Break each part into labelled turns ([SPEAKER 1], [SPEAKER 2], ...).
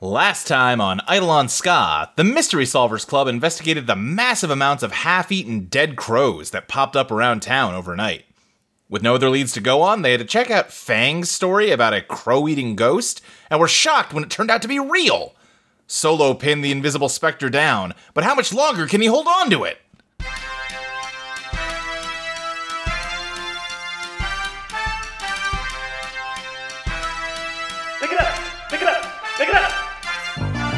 [SPEAKER 1] Last time on Eidolon Ska, the Mystery Solvers Club investigated the massive amounts of half eaten dead crows that popped up around town overnight. With no other leads to go on, they had to check out Fang's story about a crow eating ghost and were shocked when it turned out to be real. Solo pinned the invisible specter down, but how much longer can he hold on to it?
[SPEAKER 2] Pick it up! Pick it up! Pick it up!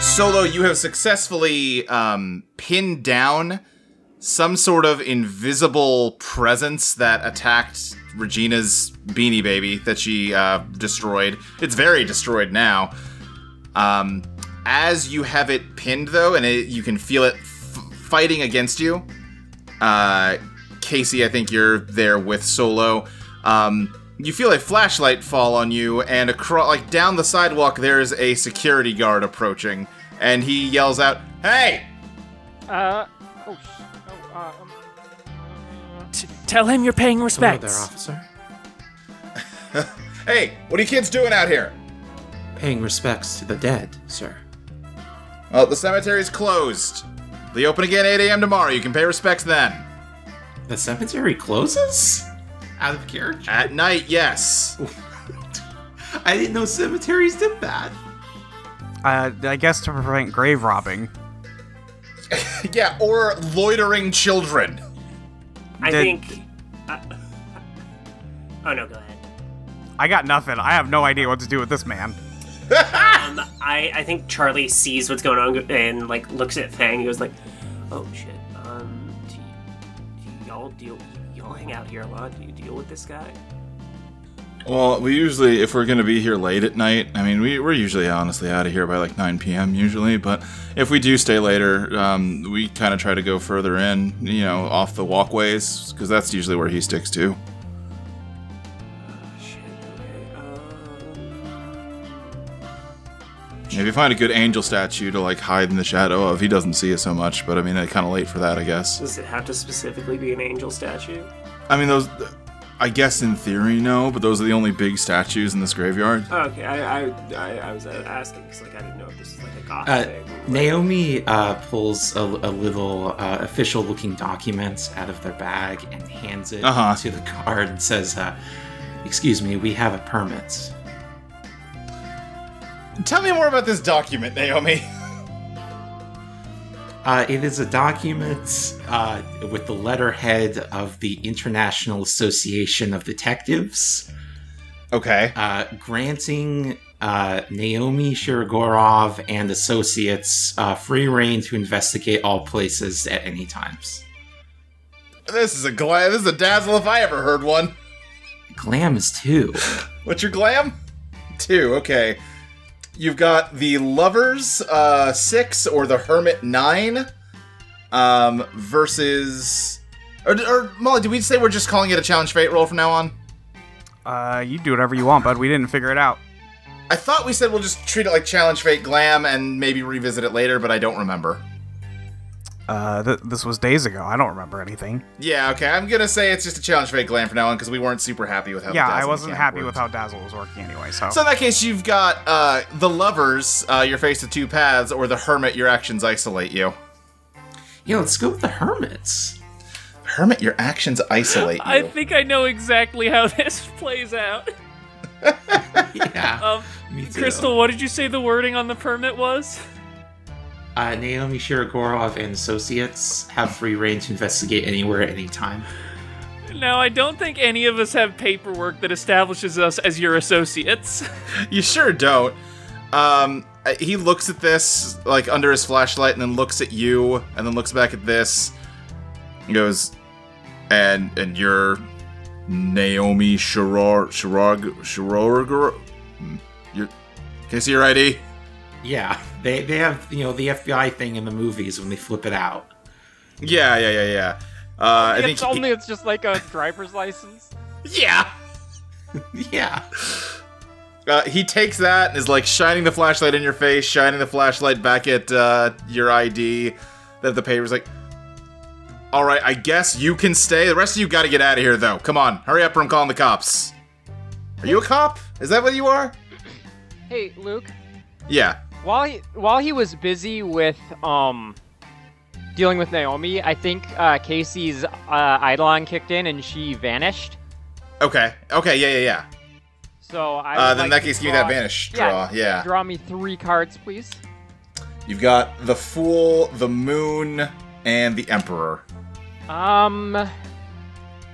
[SPEAKER 1] Solo, you have successfully um, pinned down some sort of invisible presence that attacked Regina's beanie baby that she uh, destroyed. It's very destroyed now. Um, as you have it pinned, though, and it, you can feel it f- fighting against you, uh, Casey, I think you're there with Solo. Um, you feel a flashlight fall on you, and across, like down the sidewalk, there is a security guard approaching, and he yells out, "Hey!"
[SPEAKER 3] Uh, oh, sh- oh, uh, um,
[SPEAKER 4] T- tell him you're paying
[SPEAKER 5] Hello there,
[SPEAKER 4] respects.
[SPEAKER 5] officer.
[SPEAKER 1] Hey, what are you kids doing out here?
[SPEAKER 5] Paying respects to the dead, sir.
[SPEAKER 1] Well, the cemetery's closed. They open again 8 a.m. tomorrow. You can pay respects then.
[SPEAKER 5] The cemetery closes? Out of character?
[SPEAKER 1] At night, yes.
[SPEAKER 5] I didn't know cemeteries did that.
[SPEAKER 6] Uh, I guess to prevent grave robbing.
[SPEAKER 1] yeah, or loitering children.
[SPEAKER 2] I
[SPEAKER 6] Did-
[SPEAKER 2] think. I oh no, go ahead.
[SPEAKER 6] I got nothing. I have no idea what to do with this man.
[SPEAKER 2] Um, I I think Charlie sees what's going on and like looks at Fang. and goes like, "Oh shit. Um, do, y- do y'all deal? Y'all hang out here a lot. Do you deal with this guy?
[SPEAKER 7] Well, we usually, if we're gonna be here late at night, I mean, we, we're usually honestly out of here by like 9 p.m. usually, but if we do stay later, um, we kind of try to go further in, you know, off the walkways, because that's usually where he sticks to.
[SPEAKER 2] Shit. Okay. Um,
[SPEAKER 7] If you find a good angel statue to like hide in the shadow of, he doesn't see it so much, but I mean, they're kind of late for that, I guess.
[SPEAKER 2] does it have to specifically be an angel statue?
[SPEAKER 7] I mean, those, I guess in theory, no, but those are the only big statues in this graveyard.
[SPEAKER 2] Oh, okay. I I, I, I was uh, asking because like I didn't know if this is like a goth
[SPEAKER 5] Uh,
[SPEAKER 2] thing. Like,
[SPEAKER 5] Naomi uh, pulls a, a little uh, official looking document out of their bag and hands it
[SPEAKER 7] Uh-huh.
[SPEAKER 5] to the guard and says, uh, Excuse me, we have a permit.
[SPEAKER 1] Tell me more about this document, Naomi.
[SPEAKER 5] Uh, it is a document uh, with the letterhead of the International Association of Detectives,
[SPEAKER 1] Okay.
[SPEAKER 5] uh, granting uh, Naomi Shirogorov and associates uh, free reign to investigate all places at any times.
[SPEAKER 1] This is a glam. This is a dazzle if I ever heard one.
[SPEAKER 5] Glam is two.
[SPEAKER 1] What's your glam? Two. Okay. You've got the lovers uh, six or the hermit nine, um, versus. Or, or Molly, did we say we're just calling it a challenge fate roll from now on?
[SPEAKER 6] Uh, you do whatever you want, bud. We didn't figure it out.
[SPEAKER 1] I thought we said we'll just treat it like challenge fate glam and maybe revisit it later, but I don't remember.
[SPEAKER 6] Uh, th- this was days ago. I don't remember anything.
[SPEAKER 1] Yeah, okay. I'm gonna say it's just a challenge fate glam from now on because we weren't super happy with how. the
[SPEAKER 6] yeah, I
[SPEAKER 1] dazzling
[SPEAKER 6] wasn't
[SPEAKER 1] mechanic
[SPEAKER 6] happy
[SPEAKER 1] worked.
[SPEAKER 6] with how Dazzle was working anyway. So,
[SPEAKER 1] So in that case, you've got uh, the lovers. Uh, you're faced with two paths, or the hermit. Your actions isolate you.
[SPEAKER 5] yeah, let's go with the hermits.
[SPEAKER 1] Hermit, your actions isolate you.
[SPEAKER 4] I think I know exactly how this plays out.
[SPEAKER 5] Yeah,
[SPEAKER 4] Um,
[SPEAKER 5] me too.
[SPEAKER 4] Crystal, what did you say the wording on the permit was?
[SPEAKER 5] Uh, Naomi Shirogorov and associates have free reign to investigate anywhere at any time.
[SPEAKER 4] Now, I don't think any of us have paperwork that establishes us as your associates.
[SPEAKER 1] you sure don't. Um, uh, he looks at this like under his flashlight, and then looks at you, and then looks back at this. and goes, and and you're Naomi Shirar Shirag Shirorgor. You can I see your ID?
[SPEAKER 5] Yeah, they they have you know the FBI thing in the movies when they flip it out.
[SPEAKER 1] Yeah, yeah, yeah, yeah. Uh, I think
[SPEAKER 3] it's only it's just like a driver's license.
[SPEAKER 1] yeah.
[SPEAKER 5] Yeah,
[SPEAKER 1] Uh, he takes that and is like shining the flashlight in your face, shining the flashlight back at uh, your ID. That the paper's like, all right, I guess you can stay. The rest of you got to get out of here, though. Come on, hurry up, or I'm calling the cops. Are you a cop? Is that what you are?
[SPEAKER 3] Hey, Luke.
[SPEAKER 1] Yeah.
[SPEAKER 3] While he while he was busy with um dealing with Naomi, I think uh, Casey's uh, Eidolon kicked in and she vanished.
[SPEAKER 1] Okay. Okay. Yeah. Yeah. Yeah.
[SPEAKER 3] So I.
[SPEAKER 1] Uh, then
[SPEAKER 3] would like
[SPEAKER 1] that
[SPEAKER 3] to
[SPEAKER 1] case, give me
[SPEAKER 3] draw-
[SPEAKER 1] that vanish
[SPEAKER 3] Yeah,
[SPEAKER 1] draw. Yeah.
[SPEAKER 3] Draw me three cards, please.
[SPEAKER 1] You've got the fool, the moon, and the emperor.
[SPEAKER 3] Um.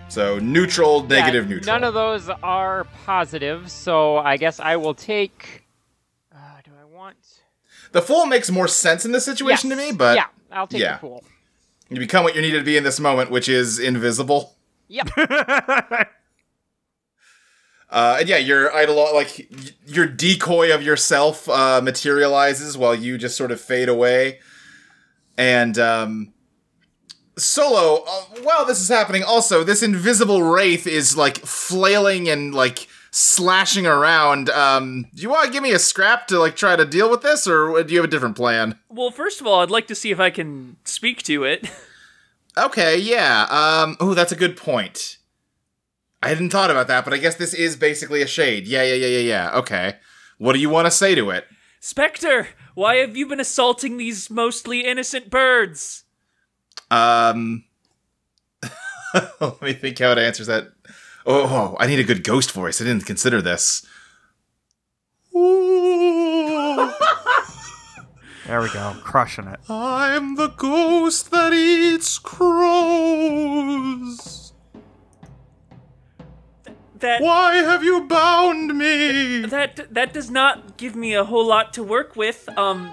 [SPEAKER 1] So neutral,
[SPEAKER 3] Yeah,
[SPEAKER 1] negative, neutral.
[SPEAKER 3] None of those are positive, so I guess I will take. Uh, do I want?
[SPEAKER 1] the fool makes more sense in this situation
[SPEAKER 3] Yes.
[SPEAKER 1] to me, but
[SPEAKER 3] yeah, I'll take
[SPEAKER 1] yeah.
[SPEAKER 3] the fool.
[SPEAKER 1] you become what you needed to be in this moment, which is invisible.
[SPEAKER 3] Yep.
[SPEAKER 1] Uh, and yeah, your idol, like y- your decoy of yourself, uh, materializes while you just sort of fade away. And um, solo, uh, while this is happening, also this invisible wraith is like flailing and like slashing around. Um, do you want to give me a scrap to like try to deal with this, or do you have a different plan?
[SPEAKER 4] Well, first of all, I'd like to see if I can speak to it.
[SPEAKER 1] Okay, yeah. Um, oh, that's a good point. I hadn't thought about that, but I guess this is basically a shade. Yeah, yeah, yeah, yeah, yeah. Okay. What do you want to say to it?
[SPEAKER 4] Spectre, why have you been assaulting these mostly innocent birds?
[SPEAKER 1] Um, let me think how it answers that. Oh, oh, I need a good ghost voice. I didn't consider this. Ooh,
[SPEAKER 6] There we go. Crushing it.
[SPEAKER 1] I'm the ghost that eats crows.
[SPEAKER 4] That
[SPEAKER 1] Why have you bound me?
[SPEAKER 4] that that does not give me a whole lot to work with. Um,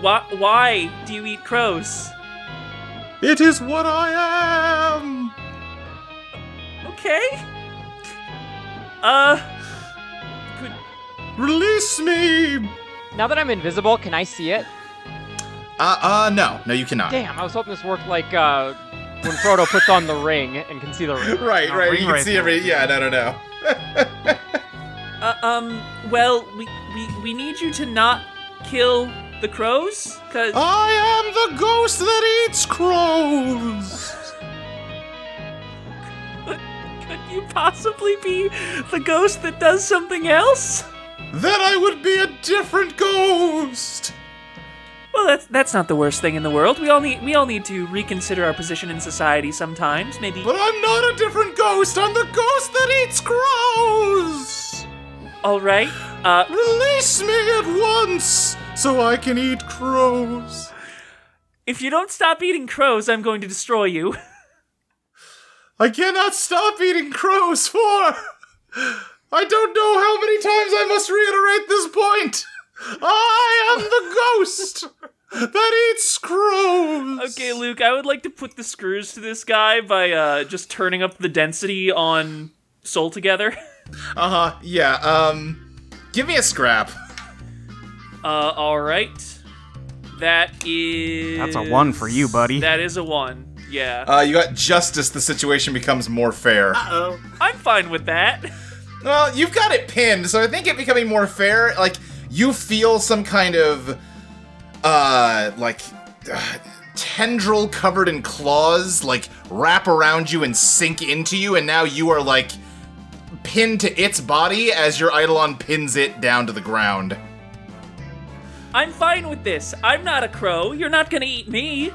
[SPEAKER 4] why why do you eat crows?
[SPEAKER 1] It is what I am.
[SPEAKER 4] Okay. Uh, could
[SPEAKER 1] Release me!
[SPEAKER 3] now that I'm invisible, can I see it?
[SPEAKER 1] Uh, uh, no. No, you cannot.
[SPEAKER 3] Damn, I was hoping this worked like uh, when Frodo puts on the ring and can see the ring.
[SPEAKER 1] Right,
[SPEAKER 6] No,
[SPEAKER 1] right.
[SPEAKER 6] ring
[SPEAKER 1] You can
[SPEAKER 6] right
[SPEAKER 1] see
[SPEAKER 6] there.
[SPEAKER 1] every. Yeah, no, no, no.
[SPEAKER 4] uh, um well we we we need you to not kill the crows cuz
[SPEAKER 1] Uh. I am the ghost that eats crows!
[SPEAKER 4] could you possibly be the ghost that does something else?
[SPEAKER 1] then I would be a different ghost!
[SPEAKER 4] Well, that's that's not the worst thing in the world. We all need we all need to reconsider our position in society sometimes. Maybe.
[SPEAKER 1] But I'm not a different ghost! I'm the ghost that eats crows!
[SPEAKER 4] All right. Uh,
[SPEAKER 1] Release me at once so I can eat crows!
[SPEAKER 4] if you don't stop eating crows, I'm going to destroy you.
[SPEAKER 1] I cannot stop eating crows for. I don't know how many times I must reiterate this point. I am the ghost that eats crows.
[SPEAKER 4] okay, Luke. I would like to put the screws to this guy by uh, just turning up the density on soul together.
[SPEAKER 1] Uh huh. Yeah. Um. Give me a scrap.
[SPEAKER 4] Uh, all right. That is.
[SPEAKER 6] That's a one for you, buddy.
[SPEAKER 4] That is a one. Yeah.
[SPEAKER 1] Uh, you got justice. The situation becomes more fair.
[SPEAKER 2] Oh,
[SPEAKER 4] I'm fine with that.
[SPEAKER 1] Well, you've got it pinned, so I think it becoming more fair. Like you feel some kind of, uh, like uh, tendril covered in claws, like wrap around you and sink into you, and now you are like pinned to its body as your eidolon pins it down to the ground.
[SPEAKER 4] I'm fine with this. I'm not a crow. You're not gonna eat me.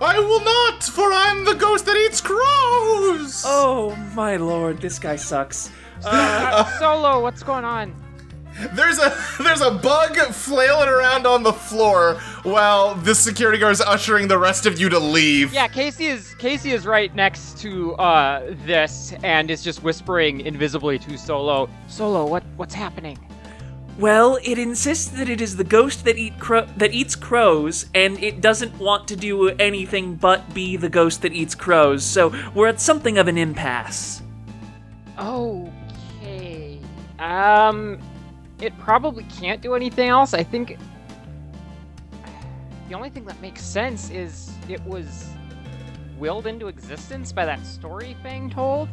[SPEAKER 1] I will not, for I'm the ghost that eats crows.
[SPEAKER 4] Oh my lord, this guy sucks.
[SPEAKER 3] Uh, Solo, what's going on?
[SPEAKER 1] There's a there's a bug flailing around on the floor while the security guard is ushering the rest of you to leave.
[SPEAKER 3] Yeah, Casey is Casey is right next to uh, this and is just whispering invisibly to Solo. Solo, what what's happening?
[SPEAKER 4] Well, it insists that it is the ghost that eat cro- that eats crows, and it doesn't want to do anything but be the ghost that eats crows. So we're at something of an impasse.
[SPEAKER 3] Okay. Um, it probably can't do anything else. I think the only thing that makes sense is it was willed into existence by that story Fang told.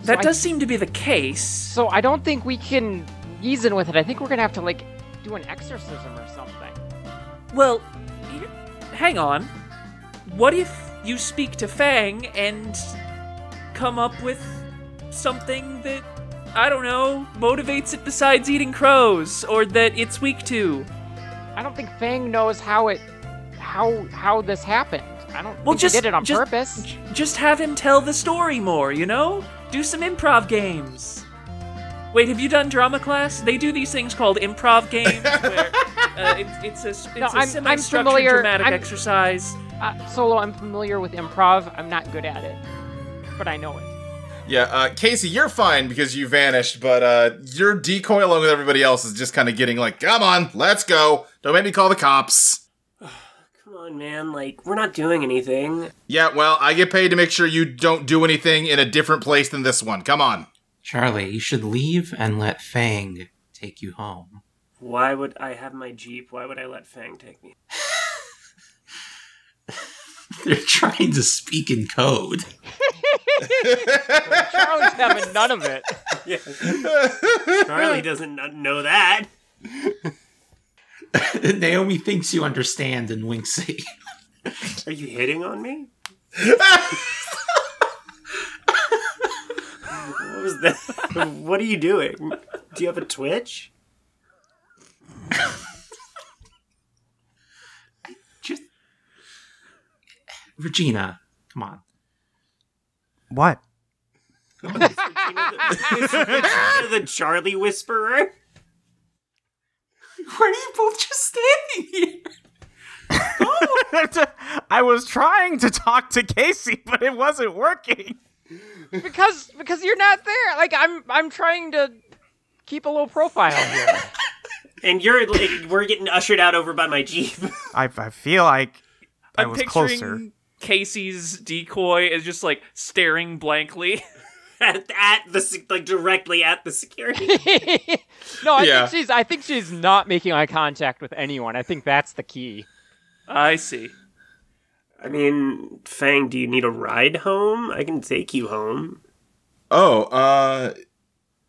[SPEAKER 3] So
[SPEAKER 4] That
[SPEAKER 3] I-
[SPEAKER 4] does seem to be the case.
[SPEAKER 3] So I don't think we can reason with it. I think we're gonna have to like do an exorcism or something.
[SPEAKER 4] Well, you- hang on. What if you speak to Fang and come up with something that I don't know motivates it besides eating crows, or that it's weak to?
[SPEAKER 3] I don't think Fang knows how it how how this happened. I don't
[SPEAKER 4] Well,
[SPEAKER 3] think he
[SPEAKER 4] just
[SPEAKER 3] did it on
[SPEAKER 4] just-
[SPEAKER 3] purpose.
[SPEAKER 4] j- Just have him tell the story more, you know? Do some improv games. Wait, have you done drama class? They do these things called improv games, where uh, it, it's a s- it's
[SPEAKER 3] No,
[SPEAKER 4] a
[SPEAKER 3] I'm- I'm
[SPEAKER 4] semi-structured
[SPEAKER 3] familiar-
[SPEAKER 4] dramatic
[SPEAKER 3] I'm-
[SPEAKER 4] exercise.
[SPEAKER 3] Uh, Solo, I'm familiar with improv. I'm not good at it, but I know it.
[SPEAKER 1] Yeah, uh, Casey, you're fine because you vanished, but uh, your decoy along with everybody else is just kind of getting like, come on, let's go. Don't make me call the cops.
[SPEAKER 2] Come on, man. Like, we're not doing anything.
[SPEAKER 1] Yeah, well, I get paid to make sure you don't do anything in a different place than this one. Come on.
[SPEAKER 5] Charlie, you should leave and let Fang take you home.
[SPEAKER 2] Why would I have my Jeep? Why would I let Fang take me?
[SPEAKER 5] They're trying to speak in code.
[SPEAKER 3] Charlie's having none of it.
[SPEAKER 2] Charlie doesn't kn- know that.
[SPEAKER 5] Naomi thinks you understand and winks at you.
[SPEAKER 2] Are you hitting on me? what was that? What are you doing? Do you have a twitch?
[SPEAKER 5] Just Regina, come on.
[SPEAKER 6] What?
[SPEAKER 2] You know the, the Charlie Whisperer?
[SPEAKER 5] Why are you both just standing here?
[SPEAKER 6] I was trying to talk to Casey, but it wasn't working.
[SPEAKER 3] because because you're not there. Like I'm I'm trying to keep a low profile here.
[SPEAKER 2] And you're like, we're getting ushered out over by my Jeep.
[SPEAKER 6] I, I feel like I
[SPEAKER 4] I'm
[SPEAKER 6] was
[SPEAKER 4] picturing
[SPEAKER 6] closer.
[SPEAKER 4] Casey's decoy is just like staring blankly.
[SPEAKER 2] at, at the se- like directly at the security.
[SPEAKER 3] no, I
[SPEAKER 1] Yeah.
[SPEAKER 3] think she's I think she's not making eye contact with anyone. I think that's the key.
[SPEAKER 4] I see.
[SPEAKER 2] I mean, Fang, do you need a ride home? I can take you home.
[SPEAKER 7] Oh, uh,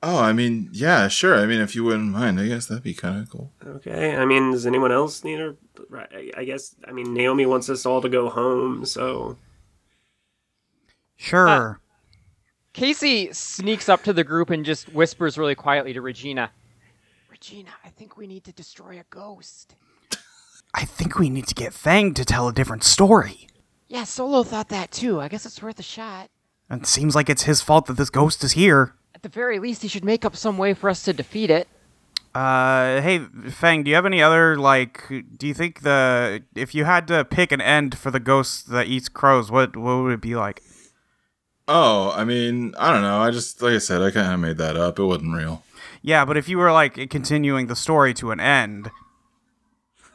[SPEAKER 7] oh, I mean, yeah, sure. I mean, if you wouldn't mind, I guess that'd be kind of cool.
[SPEAKER 2] Okay. I mean, does anyone else need a ride? I- I guess. I mean, Naomi wants us all to go home, so
[SPEAKER 6] Sure.
[SPEAKER 3] Casey sneaks up to the group and just whispers really quietly to Regina. Regina, I think we need to destroy a ghost.
[SPEAKER 6] I think we need to get Fang to tell a different story.
[SPEAKER 3] Yeah, Solo thought that too. I guess it's worth a shot.
[SPEAKER 6] It seems like it's his fault that this ghost is here.
[SPEAKER 3] At the very least, he should make up some way for us to defeat it.
[SPEAKER 6] Uh, hey, Fang, do you have any other, like, do you think the, if you had to pick an end for the ghost that eats crows, what, what would it be like?
[SPEAKER 7] Oh, I mean, I don't know. I just, like I said, I kind of made that up. It wasn't real.
[SPEAKER 6] Yeah, but if you were, like, continuing the story to an end,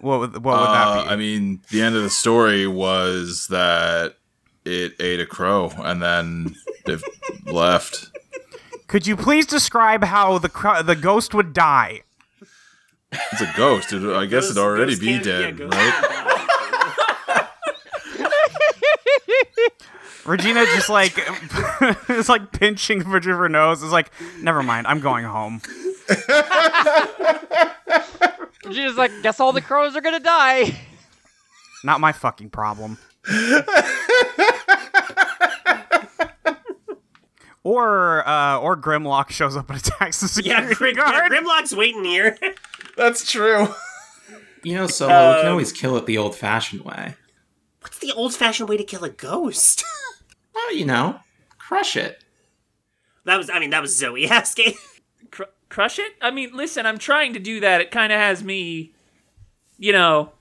[SPEAKER 6] what would, what would
[SPEAKER 7] Uh,
[SPEAKER 6] that be?
[SPEAKER 7] I mean, the end of the story was that it ate a crow and then it left.
[SPEAKER 6] Could you please describe how the cro- the ghost would die?
[SPEAKER 7] It's a ghost. It, I guess it'd
[SPEAKER 2] Ghost-
[SPEAKER 7] already
[SPEAKER 2] ghost
[SPEAKER 7] be
[SPEAKER 2] can't- yeah,
[SPEAKER 7] dead,
[SPEAKER 2] ghost
[SPEAKER 7] right?
[SPEAKER 2] can't die.
[SPEAKER 6] Regina just like is like pinching for her nose. Is like, never mind. I'm going home.
[SPEAKER 3] Regina's like, guess all the crows are gonna die.
[SPEAKER 6] Not my fucking problem. or uh, or Grimlock shows up and attacks the
[SPEAKER 2] Yeah,
[SPEAKER 6] security
[SPEAKER 2] Grim- yeah,
[SPEAKER 6] guard.
[SPEAKER 2] Grimlock's waiting here.
[SPEAKER 1] That's true.
[SPEAKER 5] You know, Solo, we
[SPEAKER 7] Uh,
[SPEAKER 5] can always kill it the old fashioned way.
[SPEAKER 2] What's the old-fashioned way to kill a ghost?
[SPEAKER 5] Well, you know, crush it.
[SPEAKER 2] That was, I mean, that was Zoe asking.
[SPEAKER 4] Cr- crush it? I mean, listen, I'm trying to do that. It kind of has me, you know,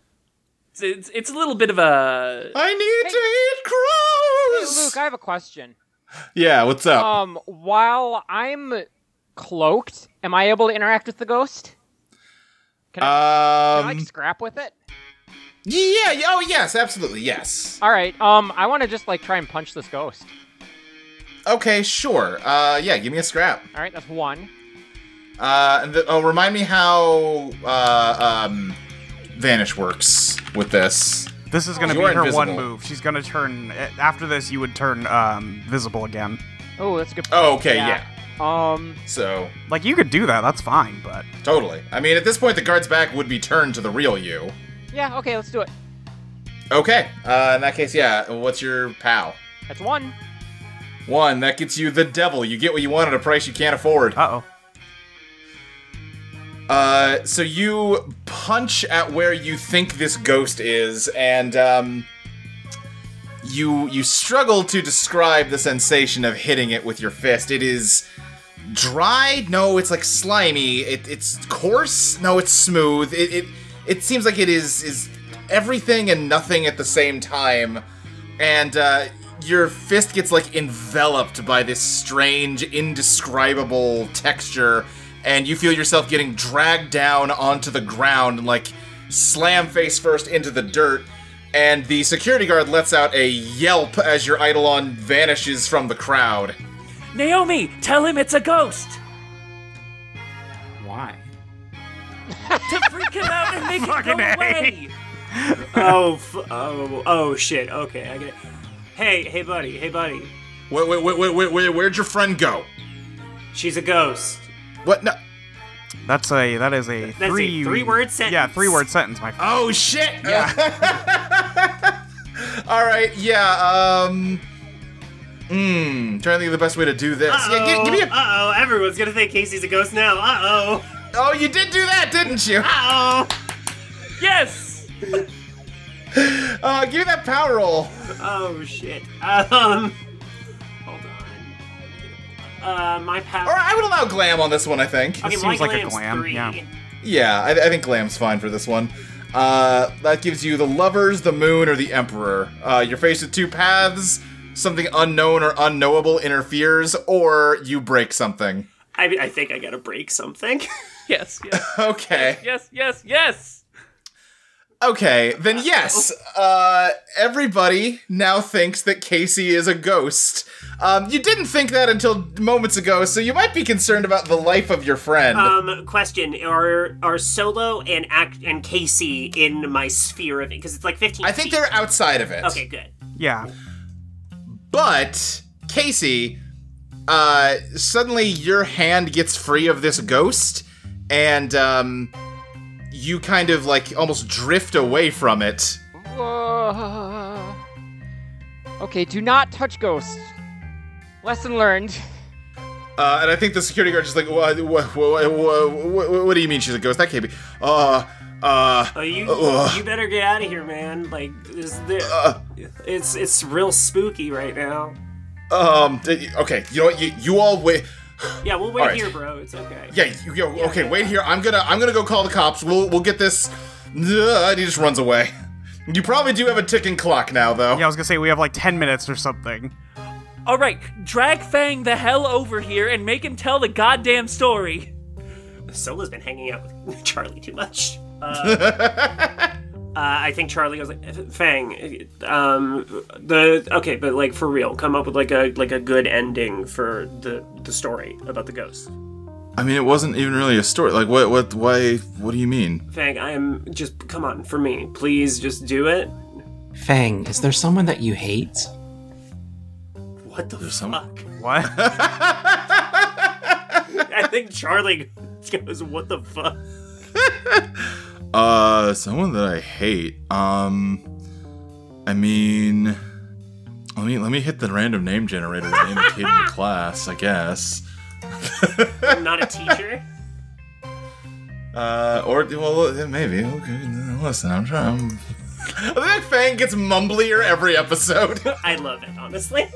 [SPEAKER 4] it's, it's, it's a little bit of a.
[SPEAKER 1] I need
[SPEAKER 3] Hey,
[SPEAKER 1] to eat crows.
[SPEAKER 3] Luke, Oh, I have a question.
[SPEAKER 1] Yeah, what's up?
[SPEAKER 3] Um, while I'm cloaked, am I able to interact with the ghost? Can I, can I
[SPEAKER 1] Um,
[SPEAKER 3] like scrap with it?
[SPEAKER 1] yeah, yeah, oh yes, absolutely, yes.
[SPEAKER 3] All right. Um, I want to just like try and punch this ghost.
[SPEAKER 1] Okay, sure. Uh, yeah, give me a scrap.
[SPEAKER 3] All right, that's one.
[SPEAKER 1] Uh, and the, oh, remind me how uh, um, vanish works with this.
[SPEAKER 6] This is going to be
[SPEAKER 1] You're
[SPEAKER 6] her one
[SPEAKER 1] invisible.
[SPEAKER 6] move. She's going to turn. eh, After this, you would turn um, visible again.
[SPEAKER 3] Oh, that's a good.
[SPEAKER 1] Oh, okay, yeah.
[SPEAKER 3] Um,
[SPEAKER 1] So
[SPEAKER 6] Like you could do that. That's fine. But
[SPEAKER 1] totally. I mean, at this point, the guard's back would be turned to the real you.
[SPEAKER 3] yeah. Okay, let's do it.
[SPEAKER 1] Okay. Uh, in that case, yeah. What's your pal?
[SPEAKER 3] That's one.
[SPEAKER 1] One that gets you the devil. You get what you want at a price you can't afford.
[SPEAKER 6] uh oh.
[SPEAKER 1] Uh, so you punch at where you think this ghost is, and um, you you struggle to describe the sensation of hitting it with your fist. It is dry. No, it's like slimy. It, it's coarse. No, it's smooth. It, it it seems like it is is everything and nothing at the same time, and uh, your fist gets like enveloped by this strange, indescribable texture, and you feel yourself getting dragged down onto the ground and like slam face first into the dirt. And the security guard lets out a yelp as your Eidolon vanishes from the crowd.
[SPEAKER 4] Naomi, tell him it's a ghost.
[SPEAKER 5] Why?
[SPEAKER 4] To freak him out and make it
[SPEAKER 6] Fucking
[SPEAKER 4] go
[SPEAKER 6] A.
[SPEAKER 4] away.
[SPEAKER 2] oh, f- oh, oh, shit. Okay, I get it. Hey, hey, buddy. Hey, buddy.
[SPEAKER 1] Wait, wait, wait, wait, wait, wait, where'd your friend go?
[SPEAKER 2] She's a ghost.
[SPEAKER 1] What? No.
[SPEAKER 6] That's a that is a
[SPEAKER 2] a
[SPEAKER 6] three
[SPEAKER 2] three-word
[SPEAKER 6] Yeah,
[SPEAKER 2] sentence.
[SPEAKER 6] three word sentence. My friend.
[SPEAKER 1] Oh shit! Yeah. All right. Yeah. Um. Mmm. Trying to think of the best way to do this.
[SPEAKER 2] Uh-oh,
[SPEAKER 1] Yeah. Give, give me a.
[SPEAKER 2] Uh-oh, everyone's gonna think Casey's a ghost now. Uh-oh.
[SPEAKER 1] Oh, you did do that, didn't you?
[SPEAKER 2] Uh-oh.
[SPEAKER 4] Yes.
[SPEAKER 1] Uh, give me that power roll.
[SPEAKER 2] Oh, shit. Um, hold on. Uh, my power...
[SPEAKER 1] Or I would allow glam on this one. I think.
[SPEAKER 2] okay,
[SPEAKER 6] This
[SPEAKER 2] my
[SPEAKER 6] seems like a
[SPEAKER 2] glam's
[SPEAKER 6] glam,
[SPEAKER 2] Three.
[SPEAKER 6] yeah.
[SPEAKER 1] Yeah. I, I think glam's fine for this one. Uh, that gives you the lovers, the moon, or the emperor. Uh, you're faced with two paths. Something unknown or unknowable interferes, or you break something.
[SPEAKER 2] I, I think I gotta break something.
[SPEAKER 4] Yes. Yes.
[SPEAKER 1] Okay.
[SPEAKER 4] Yes. Yes. Yes.
[SPEAKER 1] Okay, then yes. Uh, everybody now thinks that Casey is a ghost. Um, you didn't think that until moments ago, so you might be concerned about the life of your friend.
[SPEAKER 2] um, question: Are are Solo and Act and Casey in my sphere of because it's like fifteen?
[SPEAKER 1] I think
[SPEAKER 2] feet.
[SPEAKER 1] they're outside of it.
[SPEAKER 2] okay. Good.
[SPEAKER 6] Yeah.
[SPEAKER 1] But Casey, uh, suddenly your hand gets free of this ghost, and um, you kind of like almost drift away from it.
[SPEAKER 3] Whoa. Okay, do not touch ghosts. Lesson learned.
[SPEAKER 1] Uh, and I think the security guard just like, what, what, what, what, what, what do you mean she's a ghost? That can't be. Uh, uh, Uh,
[SPEAKER 2] Oh, you
[SPEAKER 1] Ugh.
[SPEAKER 2] you better get out of here, man. Like this, there, it's it's real spooky right now.
[SPEAKER 1] um, d- okay. You know what? You, you all wait.
[SPEAKER 2] Yeah, we'll wait
[SPEAKER 1] All right.
[SPEAKER 2] here, bro. It's okay.
[SPEAKER 1] Yeah, you, you, okay. Wait here. I'm gonna, I'm gonna go call the cops. We'll, we'll get this. Ugh, and he just runs away. You probably do have a ticking clock now, though.
[SPEAKER 6] Yeah, I was gonna say we have like ten minutes or something.
[SPEAKER 4] All right. Drag Fang the hell over here and make him tell the goddamn story.
[SPEAKER 2] Solo's been hanging out with Charlie too much. Uh, uh, I think Charlie goes like, Fang, um, the okay, but like for real, come up with like a like a good ending for the the story about the ghost.
[SPEAKER 7] I mean, it wasn't even really a story. Like, what, what, why, what do you mean?
[SPEAKER 2] Fang, I am just come on for me, please, just do it.
[SPEAKER 5] Fang, is there someone that you hate?
[SPEAKER 2] What the
[SPEAKER 7] some-
[SPEAKER 2] fuck?
[SPEAKER 6] What?
[SPEAKER 2] I think Charlie goes, what the fuck?
[SPEAKER 7] Uh, someone that I hate. Um, I mean, let me let me hit the random name generator to name a kid in class. I guess.
[SPEAKER 2] I'm not a teacher.
[SPEAKER 7] Uh, or well, maybe. Okay, listen, I'm trying. I'm
[SPEAKER 1] I think Fang gets mumblier every episode.
[SPEAKER 2] I love it, honestly.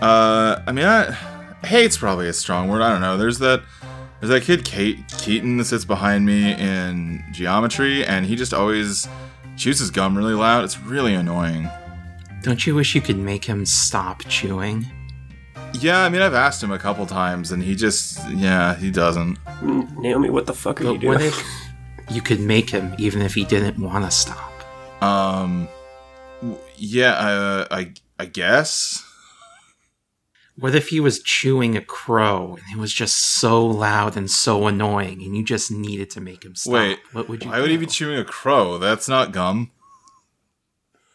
[SPEAKER 7] Uh, I mean, I, hate's probably a strong word. I don't know. There's that, there's that kid Kate Keaton that sits behind me in geometry, and he just always chews his gum really loud. It's really annoying.
[SPEAKER 5] Don't you wish you could make him stop chewing?
[SPEAKER 7] Yeah, I mean, I've asked him a couple times, and he just, yeah, he doesn't.
[SPEAKER 2] N- Naomi, what the fuck are you
[SPEAKER 5] But
[SPEAKER 2] doing?
[SPEAKER 5] what if you could make him even if he didn't want to stop?
[SPEAKER 7] Um, w- yeah, uh, I, I guess.
[SPEAKER 5] What if he was chewing a crow and it was just so loud and so annoying and you just needed to make him stop?
[SPEAKER 7] Wait,
[SPEAKER 5] what would you
[SPEAKER 7] Why would he
[SPEAKER 5] do?
[SPEAKER 7] be chewing a crow? That's not gum.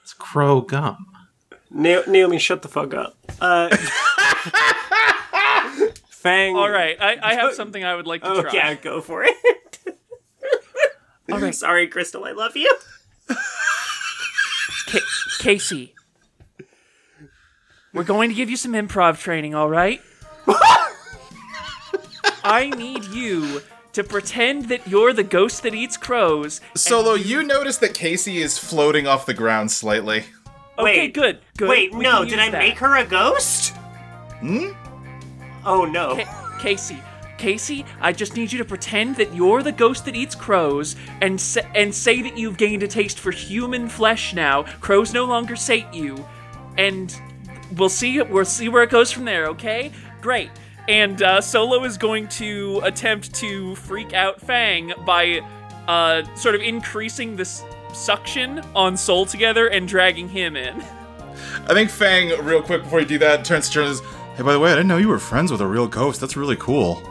[SPEAKER 5] It's crow gum.
[SPEAKER 2] Na- Naomi, shut the fuck up. Uh, Fang.
[SPEAKER 4] All right, I, I have something I would like to
[SPEAKER 2] Oh,
[SPEAKER 4] try.
[SPEAKER 2] yeah, go for it. Sorry, Crystal, I love you.
[SPEAKER 4] Ca- Casey, we're going to give you some improv training, all right? I need you to pretend that you're the ghost that eats crows.
[SPEAKER 1] Solo, you notice that Casey is floating off the ground slightly.
[SPEAKER 4] Okay,
[SPEAKER 2] Wait.
[SPEAKER 4] good. Good.
[SPEAKER 2] Wait,
[SPEAKER 4] we
[SPEAKER 2] no,
[SPEAKER 4] can
[SPEAKER 2] did
[SPEAKER 4] use
[SPEAKER 2] I
[SPEAKER 4] that.
[SPEAKER 2] make her a ghost?
[SPEAKER 1] Hmm?
[SPEAKER 2] Oh no.
[SPEAKER 4] Ca- Casey, Casey, I just need you to pretend that you're the ghost that eats crows and sa- and say that you've gained a taste for human flesh now. Crows no longer sate you, and we'll see we'll see where it goes from there. Okay, great. And uh, Solo is going to attempt to freak out Fang by uh, sort of increasing this suction on Soul together and dragging him in.
[SPEAKER 7] I think Fang, real quick before you do that, turns to turn and says, Hey, by the way, I didn't know you were friends with a real ghost. That's really cool.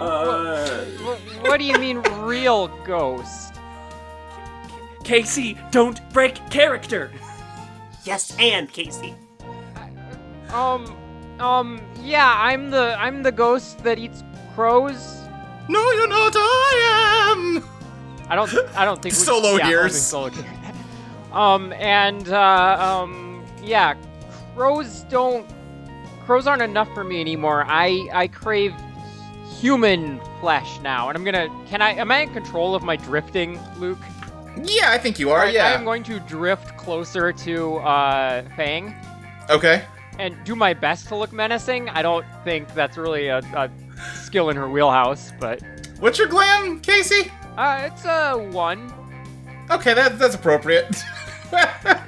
[SPEAKER 2] Uh,
[SPEAKER 3] Wh- what do you mean, real ghost?
[SPEAKER 4] Casey, don't break character.
[SPEAKER 2] yes, and Casey.
[SPEAKER 3] Um, um, yeah, I'm the I'm the ghost that eats crows.
[SPEAKER 1] No, you're not. I am.
[SPEAKER 3] I don't I don't think we,
[SPEAKER 1] Solo
[SPEAKER 3] yeah,
[SPEAKER 1] gears.
[SPEAKER 3] only Solo gear. um, and uh, um, yeah, crows don't crows aren't enough for me anymore. I I crave human flesh now, and I'm gonna. Can I? Am I in control of my drifting, Luke?
[SPEAKER 1] Yeah, I think you are.
[SPEAKER 3] Alright, I
[SPEAKER 1] Oh,
[SPEAKER 3] am
[SPEAKER 1] yeah.
[SPEAKER 3] going to drift closer to uh, Fang
[SPEAKER 1] okay.
[SPEAKER 3] and do my best to look menacing. I don't think that's really a, a skill in her wheelhouse, but
[SPEAKER 1] What's your glam, Casey?
[SPEAKER 3] uh, it's a one.
[SPEAKER 1] Okay, that, that's appropriate.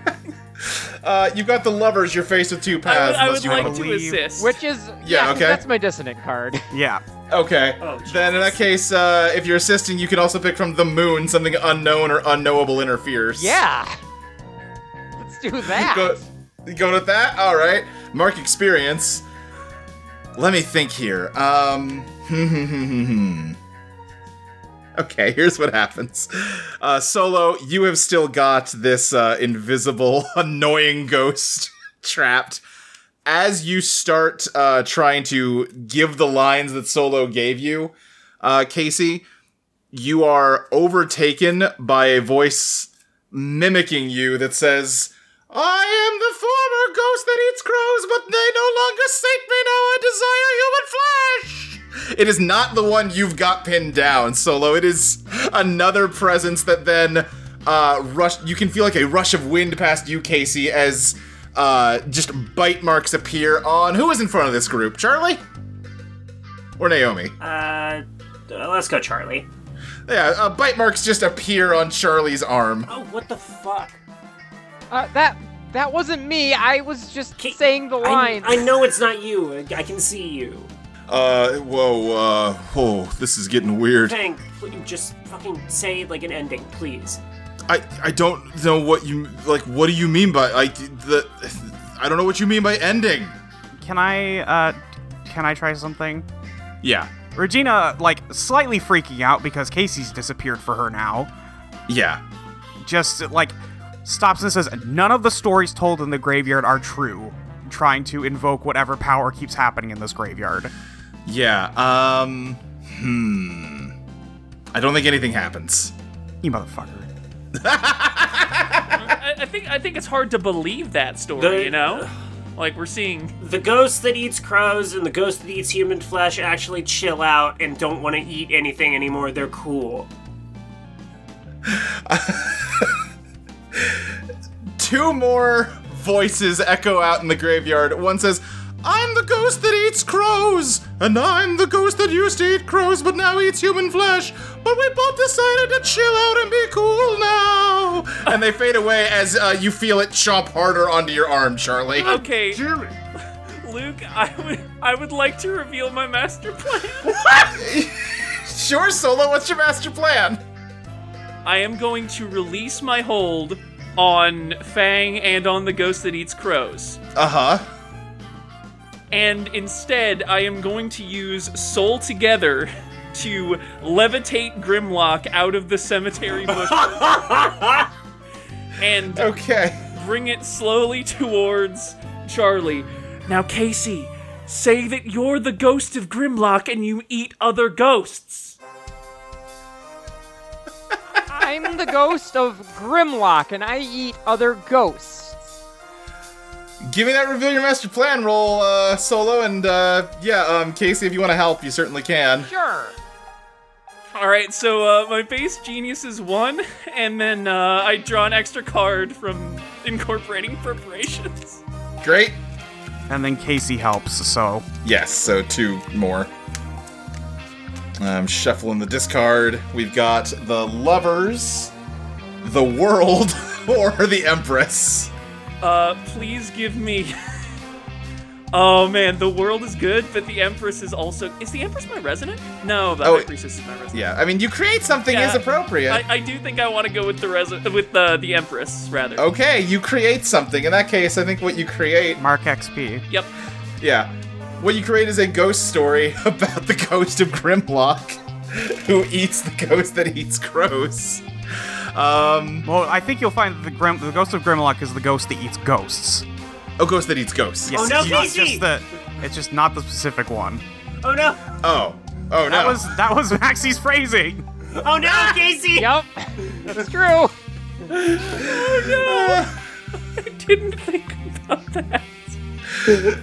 [SPEAKER 1] uh, you've got the lovers. You're faced with two
[SPEAKER 4] I would,
[SPEAKER 1] paths.
[SPEAKER 4] I
[SPEAKER 1] unless
[SPEAKER 4] would
[SPEAKER 1] you
[SPEAKER 4] like
[SPEAKER 1] want
[SPEAKER 4] to
[SPEAKER 6] believe-
[SPEAKER 4] assist.
[SPEAKER 3] Which is
[SPEAKER 1] Yeah,
[SPEAKER 3] 'cause
[SPEAKER 1] okay.
[SPEAKER 3] That's my dissonant card.
[SPEAKER 6] Yeah.
[SPEAKER 1] to. Okay.
[SPEAKER 2] Oh,
[SPEAKER 1] then in that case, uh, if you're assisting, you can also pick from the moon something unknown or unknowable interferes.
[SPEAKER 3] Yeah. Let's do that.
[SPEAKER 1] Go, you going with that? All right. Mark experience. Let me think here. Um. okay. Here's what happens. Uh, Solo, you have still got this uh, invisible, annoying ghost trapped. As you start uh, trying to give the lines that Solo gave you, uh, Casey, you are overtaken by a voice mimicking you that says, I am the former ghost that eats crows, but they no longer sate me now. I desire human flesh. It is not the one you've got pinned down, Solo. It is another presence that then uh, rush. You can feel like a rush of wind past you, Casey, as uh, just bite marks appear on who is in front of this group, Charlie or Naomi.
[SPEAKER 2] Uh, uh, let's go, Charlie.
[SPEAKER 1] Yeah, uh, bite marks just appear on Charlie's arm.
[SPEAKER 2] Oh, what the fuck?
[SPEAKER 3] Uh, that that wasn't me. I was just
[SPEAKER 2] Ca-
[SPEAKER 3] saying the
[SPEAKER 2] I,
[SPEAKER 3] lines.
[SPEAKER 2] I know it's not you. I, I can see you.
[SPEAKER 7] Uh, whoa, uh, oh, this is getting weird.
[SPEAKER 2] Fang, pl- just fucking say like an ending, please.
[SPEAKER 7] I, I don't know what you, like, what do you mean by, I, the, I don't know what you mean by ending.
[SPEAKER 6] Can I uh can I try something?
[SPEAKER 7] Yeah.
[SPEAKER 6] Regina like slightly freaking out because Casey's disappeared for her now.
[SPEAKER 7] Yeah.
[SPEAKER 6] Just like stops and says none of the stories told in the graveyard are true. Trying to invoke whatever power keeps happening in this graveyard.
[SPEAKER 1] Yeah, um. Hmm. I don't think anything happens.
[SPEAKER 6] You motherfucker.
[SPEAKER 4] I, I think I think it's hard to believe that story,
[SPEAKER 2] The-
[SPEAKER 4] you know? Like we're seeing
[SPEAKER 2] The ghost that eats crows and the ghost that eats human flesh actually chill out and don't want to eat anything anymore. They're cool.
[SPEAKER 1] Two more voices echo out in the graveyard. One says, I'm the ghost that eats crows, and I'm the ghost that used to eat crows but now eats human flesh. But we both decided to chill out and be cool now. and they fade away as uh, you feel it chomp harder onto your arm, Charlie.
[SPEAKER 4] Okay,
[SPEAKER 2] Jimmy.
[SPEAKER 4] Luke, I would I would like to reveal my master plan.
[SPEAKER 1] Sure, Solo, what's your master plan?
[SPEAKER 4] I am going to release my hold on Fang and on the ghost that eats crows.
[SPEAKER 1] Uh huh.
[SPEAKER 4] And instead, I am going to use Soul Together to levitate Grimlock out of the cemetery bush and
[SPEAKER 1] Okay.
[SPEAKER 4] bring it slowly towards Charlie. Now, Casey, say that you're the ghost of Grimlock and you eat other ghosts.
[SPEAKER 3] I'm the ghost of Grimlock, and I eat other ghosts.
[SPEAKER 1] Give me that reveal your master plan roll, uh, Solo, and uh, yeah, um, Casey, if you want to help, you certainly can.
[SPEAKER 3] Sure.
[SPEAKER 4] All right, so uh, my base genius is one, and then uh, I draw an extra card from incorporating preparations.
[SPEAKER 1] Great.
[SPEAKER 6] And then Casey helps, so.
[SPEAKER 1] Yes, so two more. I'm shuffling the discard. We've got the lovers, the world, or the empress.
[SPEAKER 4] Uh, please give me. oh man, the world is good, but the Empress is also. Is the Empress my resident? No, the
[SPEAKER 1] Oh,
[SPEAKER 4] High Priestess is my resident.
[SPEAKER 1] Yeah, I mean, you create something
[SPEAKER 4] Yeah.
[SPEAKER 1] is appropriate.
[SPEAKER 4] I, I do think I want to go with the res- with uh, the Empress rather.
[SPEAKER 1] okay, you create something. In that case, I think what you create
[SPEAKER 6] Mark XP.
[SPEAKER 4] Yep.
[SPEAKER 1] Yeah. What you create is a ghost story about the ghost of Grimlock, who eats the ghost that eats crows. Um,
[SPEAKER 6] Well, I think you'll find that the, Grim- the ghost of Grimlock is the ghost that eats ghosts.
[SPEAKER 1] oh, ghost that eats ghosts.
[SPEAKER 6] Yes,
[SPEAKER 2] Oh, no,
[SPEAKER 6] it's not
[SPEAKER 2] Casey!
[SPEAKER 6] just the. It's just not the specific one.
[SPEAKER 2] Oh no!
[SPEAKER 1] Oh. Oh no.
[SPEAKER 6] That was that was Maxie's phrasing.
[SPEAKER 2] Oh no, Casey!
[SPEAKER 3] Yep. That's true.
[SPEAKER 1] Ah.
[SPEAKER 4] I didn't think about that.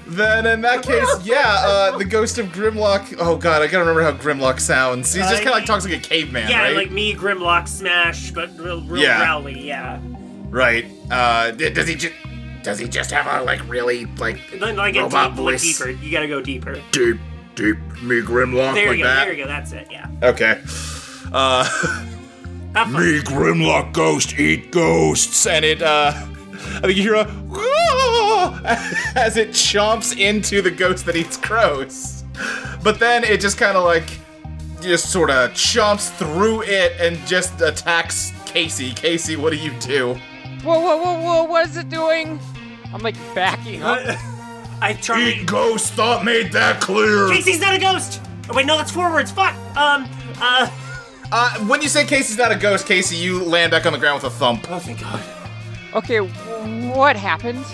[SPEAKER 1] Then in that case, yeah, uh, the ghost of Grimlock. Oh god, I gotta remember how Grimlock sounds. He's just
[SPEAKER 2] Uh,
[SPEAKER 1] kind of like talks like a caveman,
[SPEAKER 2] Yeah,
[SPEAKER 1] right?
[SPEAKER 2] like me, Grimlock Smash, but real, real
[SPEAKER 1] Yeah.
[SPEAKER 2] growly, yeah.
[SPEAKER 1] right. Uh, d- does he just does he just have a like really like
[SPEAKER 2] Then like get
[SPEAKER 1] Robot
[SPEAKER 2] deep, look
[SPEAKER 1] voice.
[SPEAKER 2] deeper. You gotta go deeper.
[SPEAKER 1] deep deep me Grimlock
[SPEAKER 2] There
[SPEAKER 1] like
[SPEAKER 2] you go,
[SPEAKER 1] that?
[SPEAKER 2] there you go, that's it, yeah.
[SPEAKER 1] Okay. Uh.
[SPEAKER 2] Have fun.
[SPEAKER 7] Me, Grimlock Ghost, eat ghosts.
[SPEAKER 1] and it uh I think you hear a as it chomps into the ghost that eats crows. But then it just kind of like just sort of chomps through it and just attacks Casey. Casey, what do you do?
[SPEAKER 3] Whoa, whoa, whoa, whoa! What is it doing? I'm like backing up.
[SPEAKER 2] I Charlie.
[SPEAKER 1] ghost, thought made that clear.
[SPEAKER 2] Casey's not a ghost! Oh, wait, no, that's forwards. Fuck! Um, uh.
[SPEAKER 1] Uh, when you say Casey's not a ghost, Casey, you land back on the ground with a thump.
[SPEAKER 2] Oh, thank God.
[SPEAKER 3] Okay, wh- what happened?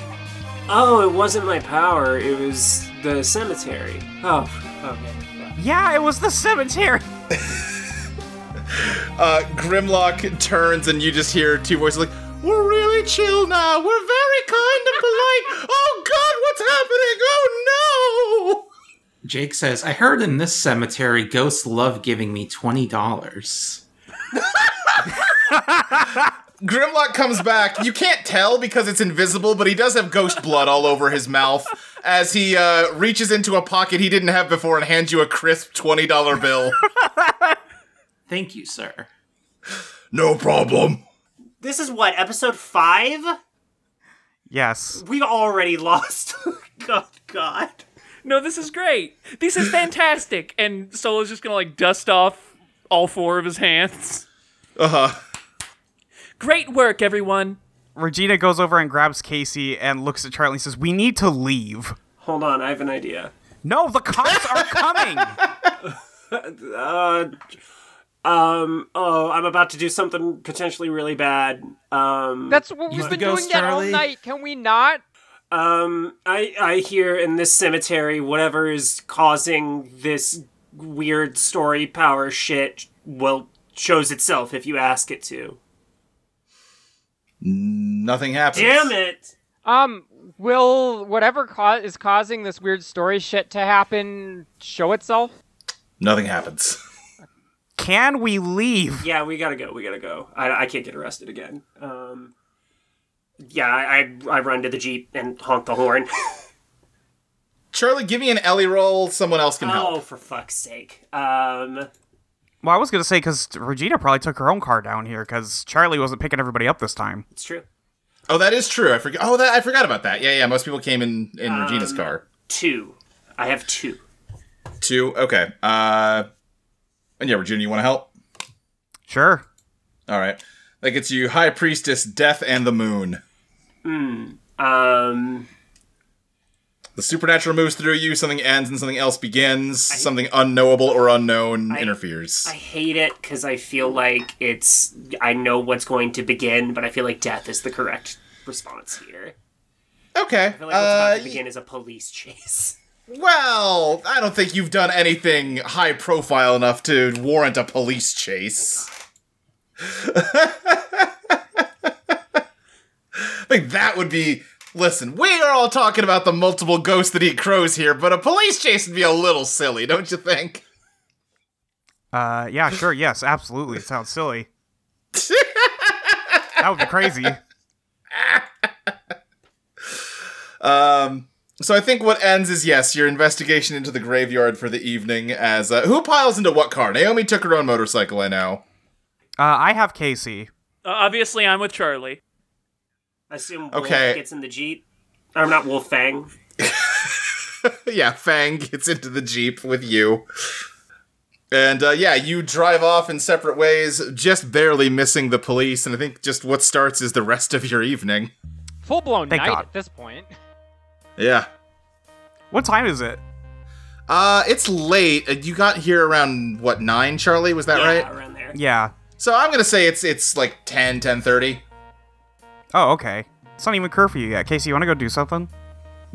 [SPEAKER 2] Oh, it wasn't my power, it was the cemetery. Oh, okay.
[SPEAKER 6] Yeah, it was the cemetery.
[SPEAKER 1] Uh, Grimlock turns and you just hear two voices like, We're really chill now. We're very kind and polite. Oh God, what's happening? Oh no!
[SPEAKER 5] Jake says, I heard in this cemetery ghosts love giving me $20.
[SPEAKER 1] Grimlock comes back. You can't tell because it's invisible, but he does have ghost blood all over his mouth as he uh, reaches into a pocket he didn't have before and hands you a crisp $20 bill.
[SPEAKER 5] Thank you, sir.
[SPEAKER 1] no problem.
[SPEAKER 2] This is what, episode five?
[SPEAKER 6] Yes.
[SPEAKER 2] We've already lost. God, God.
[SPEAKER 4] No, this is great. This is fantastic. And Solo's just gonna like dust off all four of his hands.
[SPEAKER 1] Uh huh.
[SPEAKER 4] Great work, everyone.
[SPEAKER 6] Regina goes over and grabs Casey and looks at Charlie and says, "We need to leave."
[SPEAKER 2] Hold on, I have an idea.
[SPEAKER 6] No, the cops are coming.
[SPEAKER 2] Uh. Um, oh, I'm about to do something potentially really bad. Um,
[SPEAKER 3] That's what we've
[SPEAKER 5] the
[SPEAKER 3] been
[SPEAKER 5] ghost,
[SPEAKER 3] doing that all
[SPEAKER 5] Charlie.
[SPEAKER 3] night. Can we not?
[SPEAKER 2] Um, I I hear in this cemetery whatever is causing this weird story power shit will shows itself if you ask it to.
[SPEAKER 1] Nothing happens.
[SPEAKER 2] Damn it!
[SPEAKER 3] Um, will whatever ca- is causing this weird story shit to happen show itself?
[SPEAKER 1] Nothing happens.
[SPEAKER 6] Can we leave?
[SPEAKER 2] Yeah, we gotta go. We gotta go. I, I can't get arrested again. Um, yeah, I, I I run to the jeep and honk the horn.
[SPEAKER 1] Charlie, give me an Ellie roll. Someone else can help.
[SPEAKER 2] oh, for fuck's sake! Um,
[SPEAKER 6] Well, I was gonna say because Regina probably took her own car down here because Charlie wasn't picking everybody up this time.
[SPEAKER 2] it's true. Um,
[SPEAKER 1] Oh, that is true. I forgot. Oh, that I forgot about that. Yeah, yeah. Most people came in in Regina's car.
[SPEAKER 2] two. I have two.
[SPEAKER 1] Two. Okay. Uh, and yeah, Regina, you want to help?
[SPEAKER 6] Sure.
[SPEAKER 1] All right. That gets you High Priestess, Death, and the Moon.
[SPEAKER 2] Um,
[SPEAKER 1] The supernatural moves through you. Something ends and something else begins. something unknowable or unknown interferes.
[SPEAKER 2] I hate it because I feel like it's. I know what's going to begin, but I feel like death is the correct response here.
[SPEAKER 1] okay.
[SPEAKER 2] I feel like what's about
[SPEAKER 1] uh,
[SPEAKER 2] to begin is a police chase.
[SPEAKER 1] Well, I don't think you've done anything high profile enough to warrant a police chase. like that would be listen, we are all talking about the multiple ghosts that eat crows here, but a police chase would be a little silly, don't you think?
[SPEAKER 6] Uh, yeah, sure. Yes, absolutely. It sounds silly. that would be crazy. Uh,
[SPEAKER 1] Um so I think what ends is yes, your investigation into the graveyard for the evening as uh, who piles into what car? Naomi took her own motorcycle, I know.
[SPEAKER 6] Uh, I have Casey.
[SPEAKER 4] Uh, obviously, I'm with Charlie.
[SPEAKER 2] I assume Wolf
[SPEAKER 1] Okay.
[SPEAKER 2] gets in the jeep. I'm not Wolf Fang.
[SPEAKER 1] yeah, Fang gets into the Jeep with you. And uh, yeah, you drive off in separate ways, just barely missing the police. And I think just what starts is the rest of your evening.
[SPEAKER 3] Full blown
[SPEAKER 6] Thank
[SPEAKER 3] night
[SPEAKER 6] God.
[SPEAKER 3] at this point.
[SPEAKER 1] Yeah.
[SPEAKER 6] What time is it?
[SPEAKER 1] Uh, it's late. Uh, You got here around what nine, Charlie? Was that
[SPEAKER 2] yeah,
[SPEAKER 1] right?
[SPEAKER 2] around there.
[SPEAKER 6] Yeah.
[SPEAKER 1] So I'm gonna say it's it's like 10, 10.30.
[SPEAKER 6] Oh, okay. It's not even curfew yet. Casey, you want to go do something?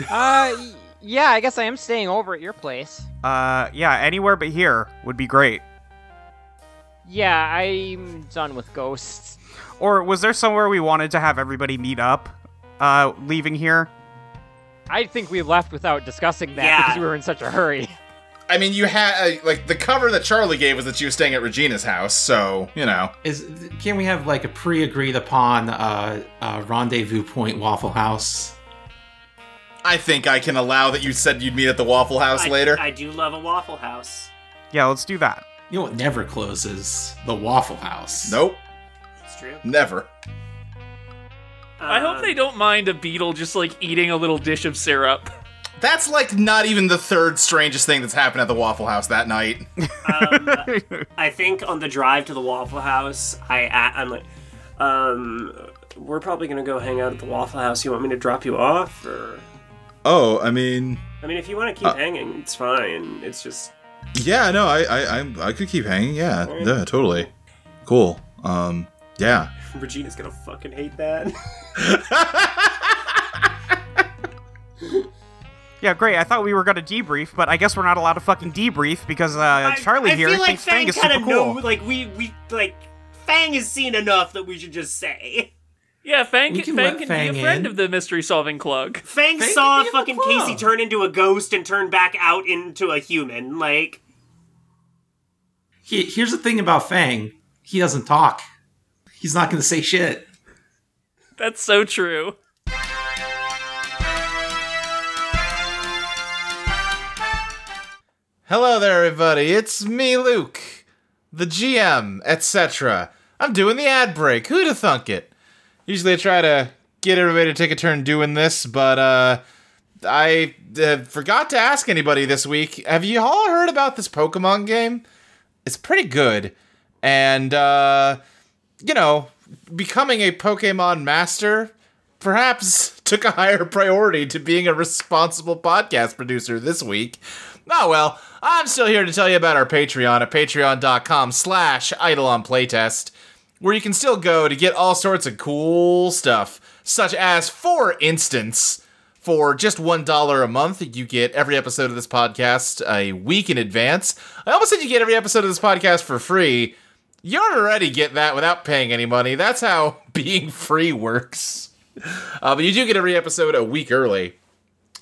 [SPEAKER 3] Uh, y- yeah, I guess I am staying over at your place.
[SPEAKER 6] Uh, yeah, anywhere but here would be great.
[SPEAKER 3] Yeah, I'm done with ghosts.
[SPEAKER 6] Or was there somewhere we wanted to have everybody meet up? Uh, leaving here.
[SPEAKER 3] I think we left without discussing that
[SPEAKER 2] Yeah.
[SPEAKER 3] because we were in such a hurry.
[SPEAKER 1] I mean, you had uh, like the cover that Charlie gave was that you were staying at Regina's house, so you know.
[SPEAKER 5] Is can we have like a pre-agreed upon uh, uh, rendezvous point Waffle House?
[SPEAKER 1] I think I can allow that you said you'd meet at the Waffle House
[SPEAKER 2] I,
[SPEAKER 1] later.
[SPEAKER 2] I do love a Waffle House.
[SPEAKER 6] Yeah, let's do that.
[SPEAKER 5] You know what never closes? The Waffle House.
[SPEAKER 1] nope,
[SPEAKER 2] It's true.
[SPEAKER 1] never.
[SPEAKER 4] I
[SPEAKER 2] Um,
[SPEAKER 4] hope
[SPEAKER 5] Um.
[SPEAKER 4] they don't mind a beetle just like eating a little dish of syrup.
[SPEAKER 1] That's like not even the third strangest thing that's happened at the Waffle House that night.
[SPEAKER 2] Um, I think on the drive to the Waffle House, I a- I'm like, um, we're probably gonna go hang out at the Waffle House. You want me to drop you off, or
[SPEAKER 7] Oh, I mean,
[SPEAKER 2] I mean, if you want
[SPEAKER 6] Uh,
[SPEAKER 2] to keep hanging, it's fine. It's just
[SPEAKER 7] yeah, no, I, I, I, I could keep hanging. Yeah, yeah, totally. Cool. Um, yeah.
[SPEAKER 2] Regina's gonna fucking hate that.
[SPEAKER 6] Yeah, great. I thought we were gonna debrief, but I guess we're not allowed to fucking debrief because uh, Charlie
[SPEAKER 2] I, I
[SPEAKER 6] here
[SPEAKER 2] feel like
[SPEAKER 6] thinks Fang,
[SPEAKER 2] Fang,
[SPEAKER 6] is
[SPEAKER 2] kind
[SPEAKER 6] super
[SPEAKER 2] of
[SPEAKER 6] cool.
[SPEAKER 2] know, like we we like Fang has seen enough that we should just say.
[SPEAKER 4] Yeah, Fang
[SPEAKER 5] We can
[SPEAKER 4] can, Fang
[SPEAKER 5] let
[SPEAKER 4] can
[SPEAKER 5] Fang
[SPEAKER 4] be a friend
[SPEAKER 5] in.
[SPEAKER 4] of the mystery solving club.
[SPEAKER 2] Fang,
[SPEAKER 5] Fang
[SPEAKER 2] saw
[SPEAKER 5] could be in the
[SPEAKER 2] fucking
[SPEAKER 5] club.
[SPEAKER 2] Casey turn into a ghost and turn back out into a human. Like,
[SPEAKER 5] He, here's the thing about Fang. He doesn't talk. He's not going to say shit.
[SPEAKER 4] That's so true.
[SPEAKER 1] Hello there, everybody. It's me, Luke, the GM, etc. I'm doing the ad break. Who'd have thunk it? Usually, I try to get everybody to take a turn doing this, but uh, I uh, forgot to ask anybody this week. Have you all heard about this Pokemon game? It's pretty good, and uh, you know, becoming a Pokemon master perhaps took a higher priority to being a responsible podcast producer this week. Oh well, I'm still here to tell you about our Patreon at patreon.com slash idle on playtest, where you can still go to get all sorts of cool stuff, such as, for instance, for just $1 a month, you get every episode of this podcast a week in advance. I almost said you get every episode of this podcast for free. You already get that without paying any money. That's how being free works. Uh, but you do get every episode a week early.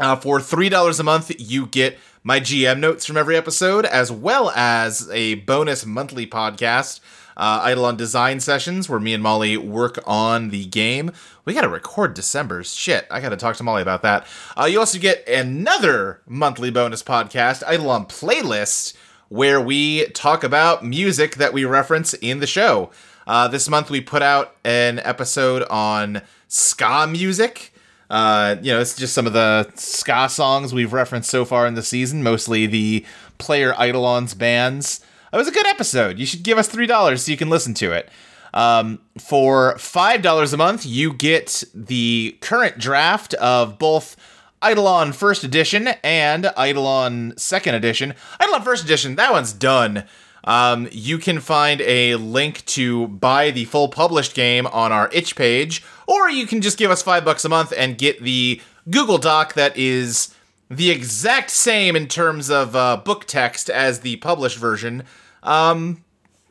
[SPEAKER 1] Uh, for three dollars a month, you get my GM notes from every episode, as well as a bonus monthly podcast, uh, Idle on Design sessions, where me and Molly work on the game. We got to record December's shit. I got to talk to Molly about that. Uh, you also get another monthly bonus podcast, Idle on Playlist, where we talk about music that we reference in the show. Uh, this month, we put out an episode on ska music. Uh, you know, it's just some of the ska songs we've referenced so far in the season, mostly the player Eidolon's bands. It was a good episode. You should give us $3 so you can listen to it. Um, for $5 a month, you get the current draft of both Eidolon First Edition and Eidolon Second Edition. Eidolon First Edition, that one's done. Um, you can find a link to buy the full published game on our itch page, or you can just give us five bucks a month and get the Google Doc that is the exact same in terms of uh, book text as the published version. Um,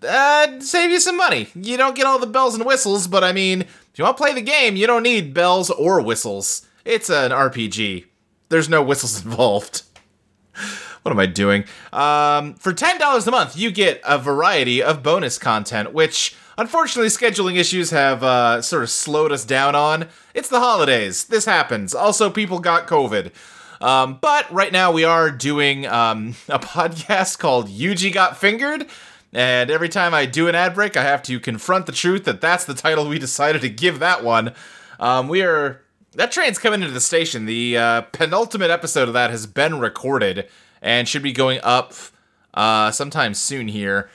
[SPEAKER 1] uh, save you some money. You don't get all the bells and whistles, but I mean, if you want to play the game, you don't need bells or whistles. It's an RPG. There's no whistles involved. What am I doing? Um, for ten dollars a month, you get a variety of bonus content, which unfortunately scheduling issues have uh, sort of slowed us down on. It's the holidays. This happens. Also, people got COVID. Um, but right now, we are doing um, a podcast called Yuji Got Fingered. And every time I do an ad break, I have to confront the truth that that's the title we decided to give that one. Um, we are. That train's coming into the station. The uh, penultimate episode of that has been recorded and should be going up uh, sometime soon here.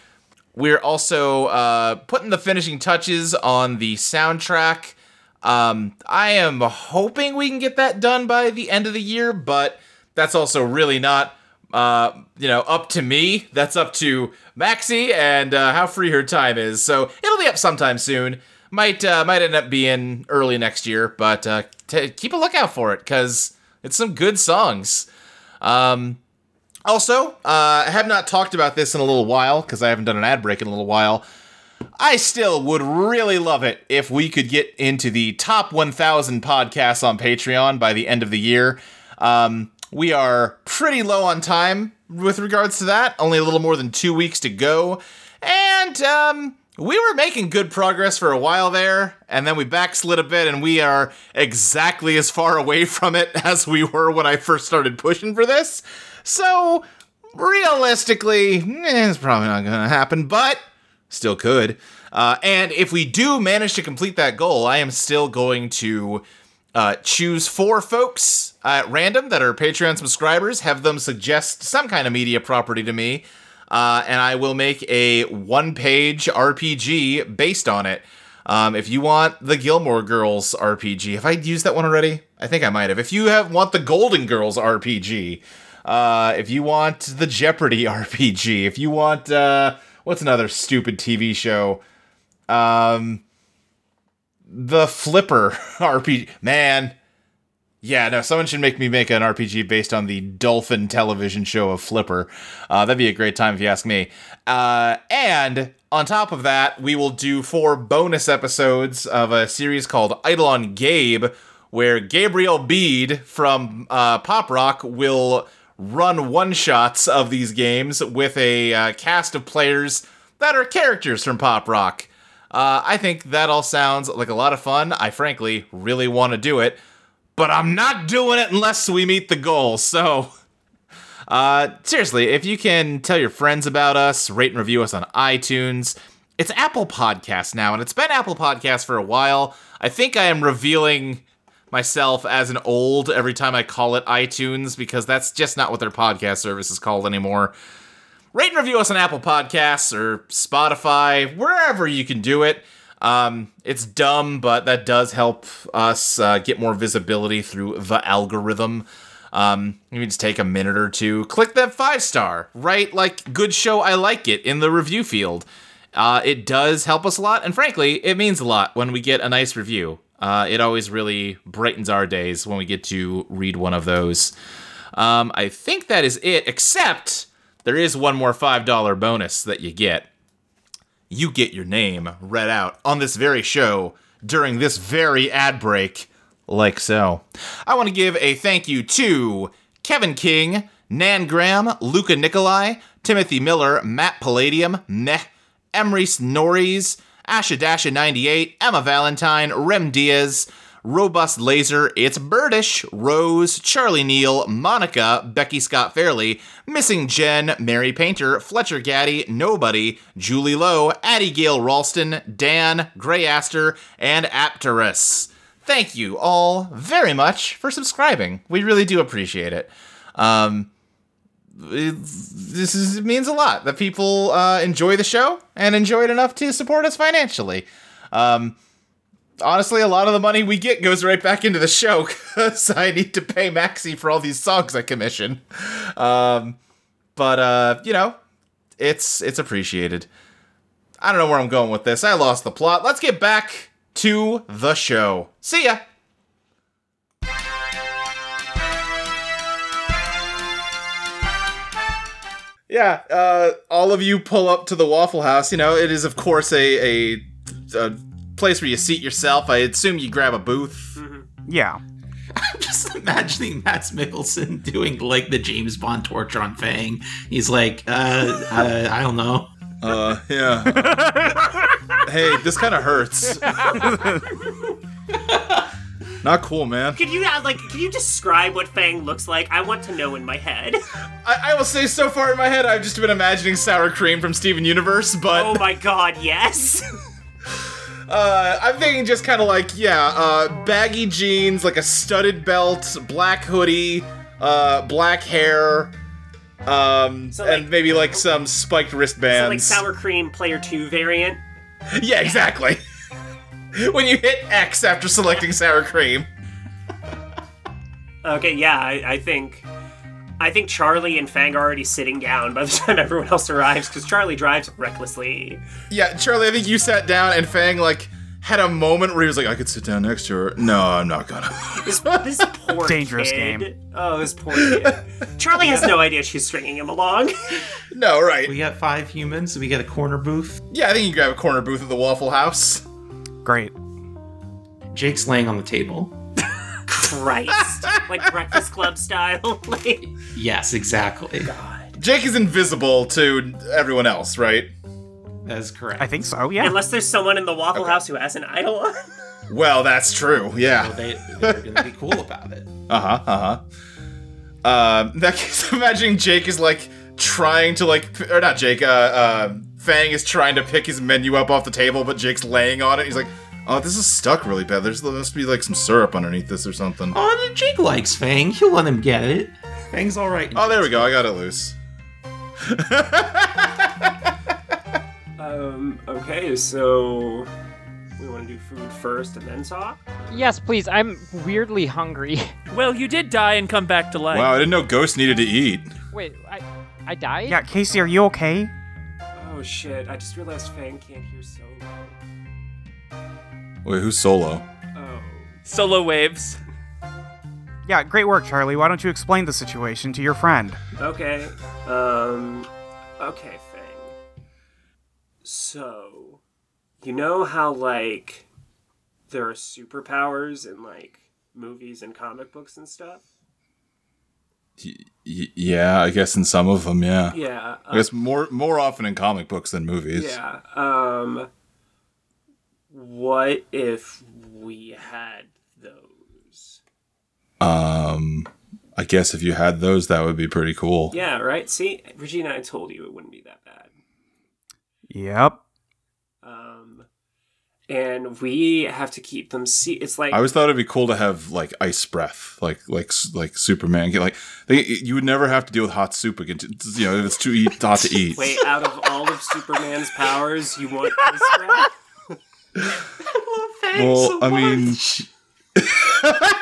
[SPEAKER 1] We're also uh, putting the finishing touches on the soundtrack. Um, I am hoping we can get that done by the end of the year, but that's also really not, uh, you know, up to me. That's up to Maxie and uh, how free her time is. So it'll be up sometime soon. Might uh, might end up being early next year, but uh, t- keep a lookout for it because it's some good songs. Um, also, uh, I have not talked about this in a little while because I haven't done an ad break in a little while. I still would really love it if we could get into the top 1,000 podcasts on Patreon by the end of the year. Um, we are pretty low on time with regards to that, only a little more than two weeks to go. And um, we were making good progress for a while there, and then we backslid a bit, and we are exactly as far away from it as we were when I first started pushing for this. So, realistically, eh, it's probably not going to happen, but still could. Uh, and if we do manage to complete that goal, I am still going to uh, choose four folks at random that are Patreon subscribers, have them suggest some kind of media property to me, uh, and I will make a one page RPG based on it. Um, if you want the Gilmore Girls RPG, have I used that one already? I think I might have. If you have want the Golden Girls RPG, uh, if you want the Jeopardy RPG, if you want uh, what's another stupid TV show, um, the Flipper RPG. Man, yeah, no, someone should make me make an RPG based on the Dolphin television show of Flipper. Uh, that'd be a great time if you ask me. Uh, and on top of that, we will do four bonus episodes of a series called Eidolon Gabe, where Gabriel Bede from uh, Pop Rock will run one shots of these games with a uh, cast of players that are characters from Pop Rock. Uh, I think that all sounds like a lot of fun. I frankly really want to do it but I'm not doing it unless we meet the goal. So, uh, seriously, if you can tell your friends about us, rate and review us on iTunes. It's Apple Podcasts now, and it's been Apple Podcasts for a while. I think I am revealing myself as an old every time I call it iTunes because that's just not what their podcast service is called anymore. Rate and review us on Apple Podcasts or Spotify, wherever you can do it. Um, it's dumb, but that does help us uh, get more visibility through the algorithm. Um, you can just take a minute or two, click that five star, write like good show, I like it in the review field. Uh, it does help us a lot, and frankly, it means a lot when we get a nice review. Uh, it always really brightens our days when we get to read one of those. Um, I think that is it, except there is one more $5 bonus that you get you get your name read out on this very show during this very ad break, like so. I want to give a thank you to Kevin King, Nan Graham, Luca Nikolai, Timothy Miller, Matt Palladium, Meh, Emrys Norris, Asha Dasha 98, Emma Valentine, Rem Diaz, Robust Laser, It's Birdish, Rose, Charlie Neal, Monica, Becky Scott Fairley, Missing Jen, Mary Painter, Fletcher Gaddy, Nobody, Julie Lowe, Addie Gale Ralston, Dan, Gray Astor, and Apterus. thank you all very much for subscribing. We really do appreciate it. Um, it- this is, it means a lot that people uh, enjoy the show and enjoy it enough to support us financially. Um, honestly, a lot of the money we get goes right back into the show because I need to pay Maxi for all these songs I commission. Um, but uh, you know, it's it's appreciated. I don't know where I'm going with this. I lost the plot. Let's get back to the show. See ya. Yeah, uh, all of you pull up to the Waffle House. You know, it is of course a a, a place where you seat yourself. I assume you grab a booth.
[SPEAKER 6] Yeah.
[SPEAKER 5] I'm just imagining Matt Mickelson doing like the James Bond torture on Fang. He's like, uh, uh I don't know.
[SPEAKER 7] Uh, yeah. hey, this kind of hurts. Not cool, man.
[SPEAKER 2] Could you uh, like? Can you describe what Fang looks like? I want to know in my head.
[SPEAKER 1] I, I will say, so far in my head, I've just been imagining sour cream from Steven Universe, but
[SPEAKER 2] Oh my god, yes.
[SPEAKER 1] Uh, I'm thinking just kind of like, yeah, uh, baggy jeans, like a studded belt, black hoodie, uh, black hair, um,
[SPEAKER 2] So,
[SPEAKER 1] and
[SPEAKER 2] like-
[SPEAKER 1] maybe like some spiked
[SPEAKER 2] So, like
[SPEAKER 1] wristbands.
[SPEAKER 2] sour cream player two variant.
[SPEAKER 1] yeah, exactly. when you hit X after selecting sour cream.
[SPEAKER 2] Okay, yeah, I, I think. I think Charlie and Fang are already sitting down by the time everyone else arrives because Charlie drives recklessly.
[SPEAKER 1] Yeah, Charlie, I think you sat down and Fang, like, had a moment where he was like, I could sit down next to her. No, I'm not gonna.
[SPEAKER 2] This, this poor
[SPEAKER 6] Dangerous
[SPEAKER 2] kid.
[SPEAKER 6] game.
[SPEAKER 2] Oh, this poor kid. Charlie has no idea she's stringing him along.
[SPEAKER 1] no, right.
[SPEAKER 5] We got five humans. We got a corner booth.
[SPEAKER 1] Yeah, I think you grab a corner booth at the Waffle House.
[SPEAKER 6] Great.
[SPEAKER 5] Jake's laying on the table.
[SPEAKER 2] Christ, like Breakfast Club style. like,
[SPEAKER 5] Yes, exactly.
[SPEAKER 1] Jake is invisible to everyone else, right?
[SPEAKER 5] That is correct.
[SPEAKER 6] I think so. Yeah.
[SPEAKER 2] unless there's someone in the Waffle House who has an idol.
[SPEAKER 1] Well, that's true. Yeah.
[SPEAKER 5] So they, they're gonna be cool about it.
[SPEAKER 1] Uh-huh, uh-huh. Um, in that case, I'm imagining Jake is like trying to like p- or not Jake, uh uh Fang is trying to pick his menu up off the table, but Jake's laying on it. He's like, Oh, this is stuck really bad. There's there must be like some syrup underneath this or something.
[SPEAKER 5] Oh, no, Jake likes Fang. He'll let him get it. Fang's all right.
[SPEAKER 1] Oh there we go, I got it loose.
[SPEAKER 2] um, okay, so we want to do food first and then talk.
[SPEAKER 3] Yes, please. I'm weirdly hungry.
[SPEAKER 4] Well, you did die and come back to life.
[SPEAKER 7] Wow, I didn't know ghosts needed to eat.
[SPEAKER 3] Wait, I I died?
[SPEAKER 6] Yeah, Casey, are you okay?
[SPEAKER 2] Oh shit! I just realized Fang can't hear so well.
[SPEAKER 7] Wait, who's solo?
[SPEAKER 2] Oh.
[SPEAKER 4] Solo waves.
[SPEAKER 6] Yeah, great work, Charlie. Why don't you explain the situation to your friend?
[SPEAKER 2] Oh, Okay. Um. Okay, Fang. So, you know how like there are superpowers in like movies and comic books and stuff.
[SPEAKER 7] Y- y- yeah, I guess in some of them, yeah.
[SPEAKER 2] Yeah. uh,
[SPEAKER 7] I guess more more often in comic books than movies.
[SPEAKER 2] Yeah. Um what if we had those?
[SPEAKER 7] Um, I guess if you had those, that would be pretty cool.
[SPEAKER 2] Yeah, right? See, Regina, I told you it wouldn't be that bad.
[SPEAKER 6] Yep.
[SPEAKER 2] Um and we have to keep them see it's like
[SPEAKER 7] I always thought it'd be cool to have like ice breath, like like like Superman. Like they, you would never have to deal with hot soup again. You know, if it's too eat, hot to eat.
[SPEAKER 2] wait out of all of Superman's powers, you want ice breath?
[SPEAKER 7] well, I mean,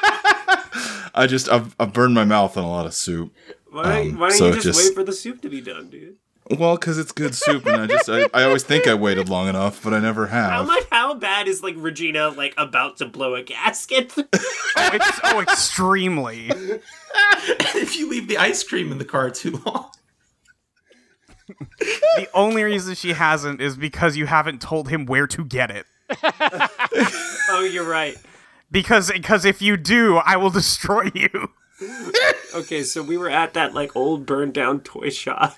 [SPEAKER 7] I just I've, I've burned my mouth on a lot of soup.
[SPEAKER 2] Why,
[SPEAKER 7] Um,
[SPEAKER 2] why don't
[SPEAKER 7] so
[SPEAKER 2] you
[SPEAKER 7] it
[SPEAKER 2] just,
[SPEAKER 7] just-
[SPEAKER 2] wait for the soup to be done, dude?
[SPEAKER 7] Well, because it's good soup, and I just I, I always think I waited long enough, but I never
[SPEAKER 2] How
[SPEAKER 7] have.
[SPEAKER 2] much how bad is like Regina like about to blow a gasket?
[SPEAKER 6] Oh, ex- oh extremely.
[SPEAKER 5] if you leave the ice cream in the car too long.
[SPEAKER 6] The only reason she hasn't is because you haven't told him where to get it.
[SPEAKER 2] oh, you're right.
[SPEAKER 6] Because because if you do, I will destroy you.
[SPEAKER 2] Okay, so we were at that like old burned down toy shop.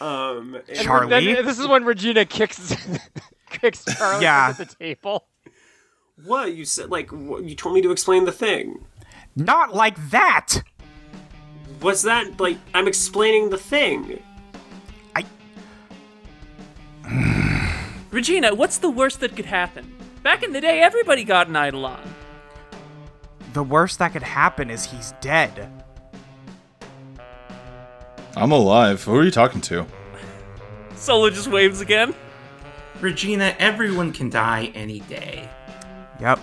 [SPEAKER 2] um, and-
[SPEAKER 6] Charlie?
[SPEAKER 3] Then- uh, this is when Regina kicks kicks Charlie
[SPEAKER 6] Yeah.
[SPEAKER 3] under the table.
[SPEAKER 2] what you said? Like wh- you told me to explain the thing.
[SPEAKER 6] Not like that.
[SPEAKER 2] What's that? Like I'm explaining the thing.
[SPEAKER 4] Regina, what's the worst that could happen? Back in the day, everybody got an Eidolon.
[SPEAKER 6] The worst that could happen is he's dead.
[SPEAKER 1] I'm alive. Who are you talking to?
[SPEAKER 4] Solo just waves again.
[SPEAKER 8] Regina, everyone can die any day.
[SPEAKER 6] Yep.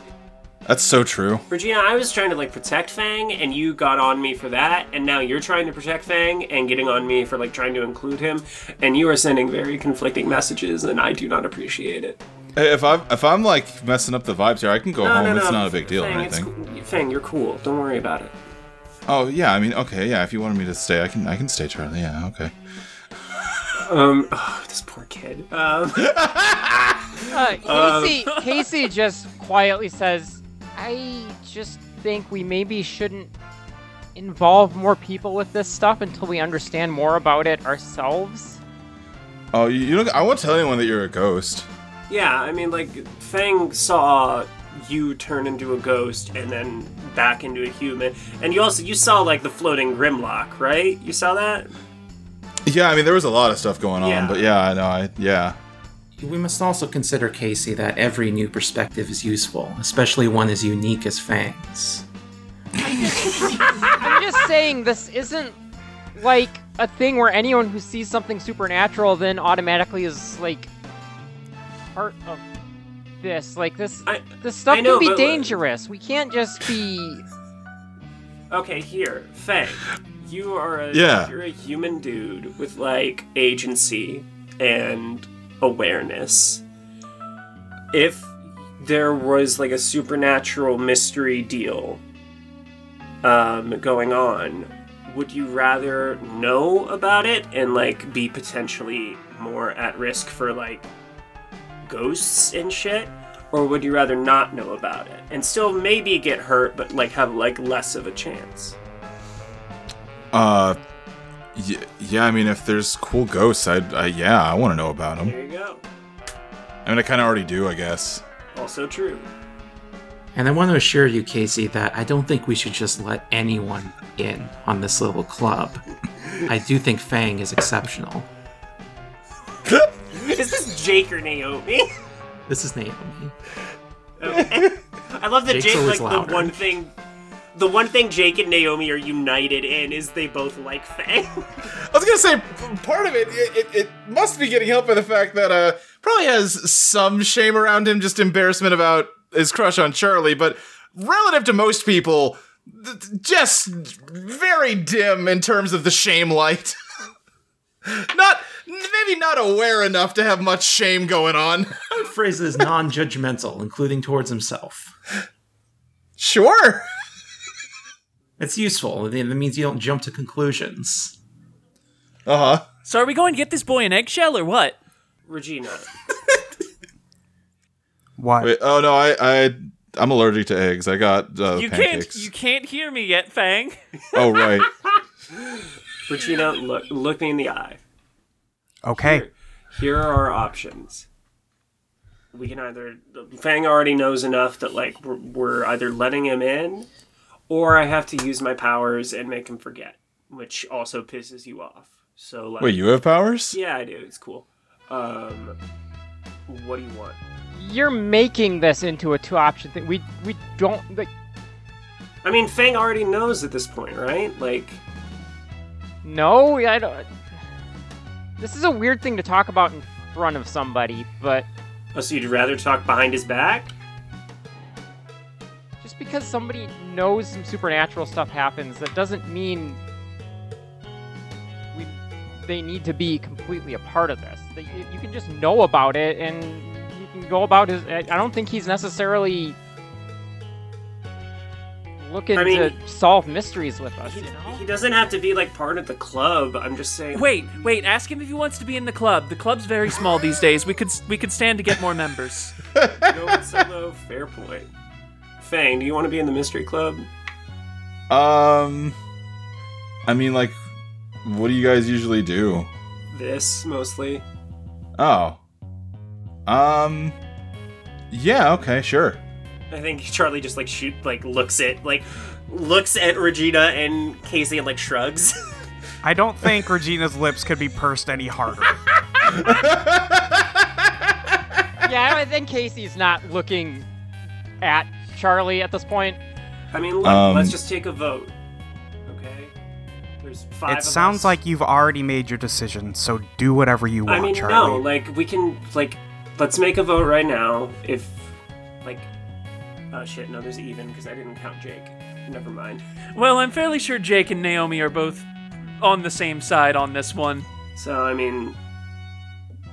[SPEAKER 1] That's so true.
[SPEAKER 2] Regina, I was trying to like protect Fang, and you got on me for that, and now you're trying to protect Fang and getting on me for like trying to include him, and you are sending very conflicting messages, and I do not appreciate it.
[SPEAKER 1] Hey, If I'm if I'm like messing up the vibes here, I can go
[SPEAKER 2] No,
[SPEAKER 1] home.
[SPEAKER 2] no, no.
[SPEAKER 1] It's not a big deal or
[SPEAKER 2] Fang, it's
[SPEAKER 1] anything.
[SPEAKER 2] cool. Fang, you're cool. Don't worry about it.
[SPEAKER 1] Oh yeah, I mean, okay, yeah. If you wanted me to stay, I can I can stay, Charlie. Yeah, okay.
[SPEAKER 2] Um, oh, this poor kid. Um,
[SPEAKER 3] Uh, Casey, Casey just quietly says, "I just think we maybe shouldn't involve more people with this stuff until we understand more about it ourselves."
[SPEAKER 1] Oh, you, you look. I won't tell anyone that you're a ghost.
[SPEAKER 2] yeah, I mean, like Fang saw you turn into a ghost and then back into a human, and you also you saw like the floating Grimlock, right? You saw that?
[SPEAKER 1] Yeah, I mean, there was a lot of stuff going on,
[SPEAKER 2] Yeah.
[SPEAKER 1] but yeah, I know. I yeah.
[SPEAKER 8] We must also consider, Casey, that every new perspective is useful, especially one as unique as Fang's.
[SPEAKER 3] I'm just saying this isn't like a thing where anyone who sees something supernatural then automatically is like part of this. Like this,
[SPEAKER 2] I-
[SPEAKER 3] this stuff
[SPEAKER 2] I know,
[SPEAKER 3] can be
[SPEAKER 2] but, uh, like-
[SPEAKER 3] dangerous. We can't just be
[SPEAKER 2] Okay, here, Fang, you are a
[SPEAKER 1] Yeah.
[SPEAKER 2] you're a human dude with like agency and awareness. If there was like a supernatural mystery deal um, going on, would you rather know about it and like be potentially more at risk for like ghosts and shit? Or would you rather not know about it and still maybe get hurt, but like have like less of a chance?
[SPEAKER 1] Uh, y- yeah. I mean, if there's cool ghosts, I'd I, yeah, I want to know about them.
[SPEAKER 2] There you go.
[SPEAKER 1] I mean, I kind of already do, I guess.
[SPEAKER 2] Also true.
[SPEAKER 8] And I want to assure you, Casey, that I don't think we should just let anyone in on this little club. I do think Fang is exceptional.
[SPEAKER 2] Is this Jake or Naomi?
[SPEAKER 8] This is Naomi.
[SPEAKER 2] I love that
[SPEAKER 8] Jake's
[SPEAKER 2] Jake, like
[SPEAKER 8] always
[SPEAKER 2] the
[SPEAKER 8] louder.
[SPEAKER 2] one thing, the one thing Jake and Naomi are united in is they both like Faye.
[SPEAKER 1] I was gonna say p- part of it it, it it must be getting helped by the fact that uh probably has some shame around him, just embarrassment about his crush on Charlie, but relative to most people, th- th- just very dim in terms of the shame light. not maybe not aware enough to have much shame going on.
[SPEAKER 8] The phrase is non judgmental, including towards himself.
[SPEAKER 1] sure.
[SPEAKER 8] It's useful. It it means you don't jump to conclusions.
[SPEAKER 1] Uh huh.
[SPEAKER 4] So are we going to get this boy an eggshell or what?
[SPEAKER 2] Regina,
[SPEAKER 6] What?
[SPEAKER 1] Wait. Oh no. I I I'm allergic to eggs. I got uh,
[SPEAKER 4] You
[SPEAKER 1] pancakes.
[SPEAKER 4] can't you can't hear me yet, Fang.
[SPEAKER 1] oh right.
[SPEAKER 2] Regina, look, look me in the eye.
[SPEAKER 6] Okay.
[SPEAKER 2] Here are our options. We can either Fang already knows enough that like we're, we're either letting him in, or I have to use my powers and make him forget, which also pisses you off. So like,
[SPEAKER 1] Wait. You have powers?
[SPEAKER 2] yeah, I do. It's cool. Um, what do you want?
[SPEAKER 3] you're making this into a two option thing. We we don't like
[SPEAKER 2] I mean, Fang already knows at this point, right? Like,
[SPEAKER 3] no, I don't This is a weird thing to talk about in front of somebody, but
[SPEAKER 2] oh, so you'd rather talk behind his back?
[SPEAKER 3] just because somebody knows some supernatural stuff happens, that doesn't mean we they need to be completely a part of this. That you, you can just know about it and you can go about his. I I don't think he's necessarily looking
[SPEAKER 2] I mean-
[SPEAKER 3] to solve mysteries with us.
[SPEAKER 2] He,
[SPEAKER 3] You know?
[SPEAKER 2] he doesn't have to be like part of the club. I'm just saying.
[SPEAKER 4] Wait, wait. Ask him if he wants to be in the club. The club's very small these days. We could we could stand to get more members.
[SPEAKER 2] no solo. Fair point. Fang, do you want to be in the mystery club?
[SPEAKER 1] Um, I mean, like, what do you guys usually do?
[SPEAKER 2] This mostly.
[SPEAKER 1] Oh, um, yeah, okay, sure.
[SPEAKER 2] I think Charlie just like shoot like looks at like looks at Regina and Casey and like shrugs.
[SPEAKER 6] Um, I don't think Regina's lips could be pursed any harder.
[SPEAKER 3] yeah, I think Casey's not looking at Charlie at this point.
[SPEAKER 2] I mean, look,
[SPEAKER 7] Um,
[SPEAKER 2] let's just take a vote. Okay? There's five.
[SPEAKER 6] It
[SPEAKER 2] of
[SPEAKER 6] sounds
[SPEAKER 2] us.
[SPEAKER 6] like you've already made your decision, so do whatever you want,
[SPEAKER 2] I mean,
[SPEAKER 6] Charlie.
[SPEAKER 2] no, like, we can, like, let's make a vote right now. If, like, oh shit, no, there's even, because I didn't count Jake. Never mind.
[SPEAKER 4] Well, I'm fairly sure Jake and Naomi are both on the same side on this one.
[SPEAKER 2] So, I mean,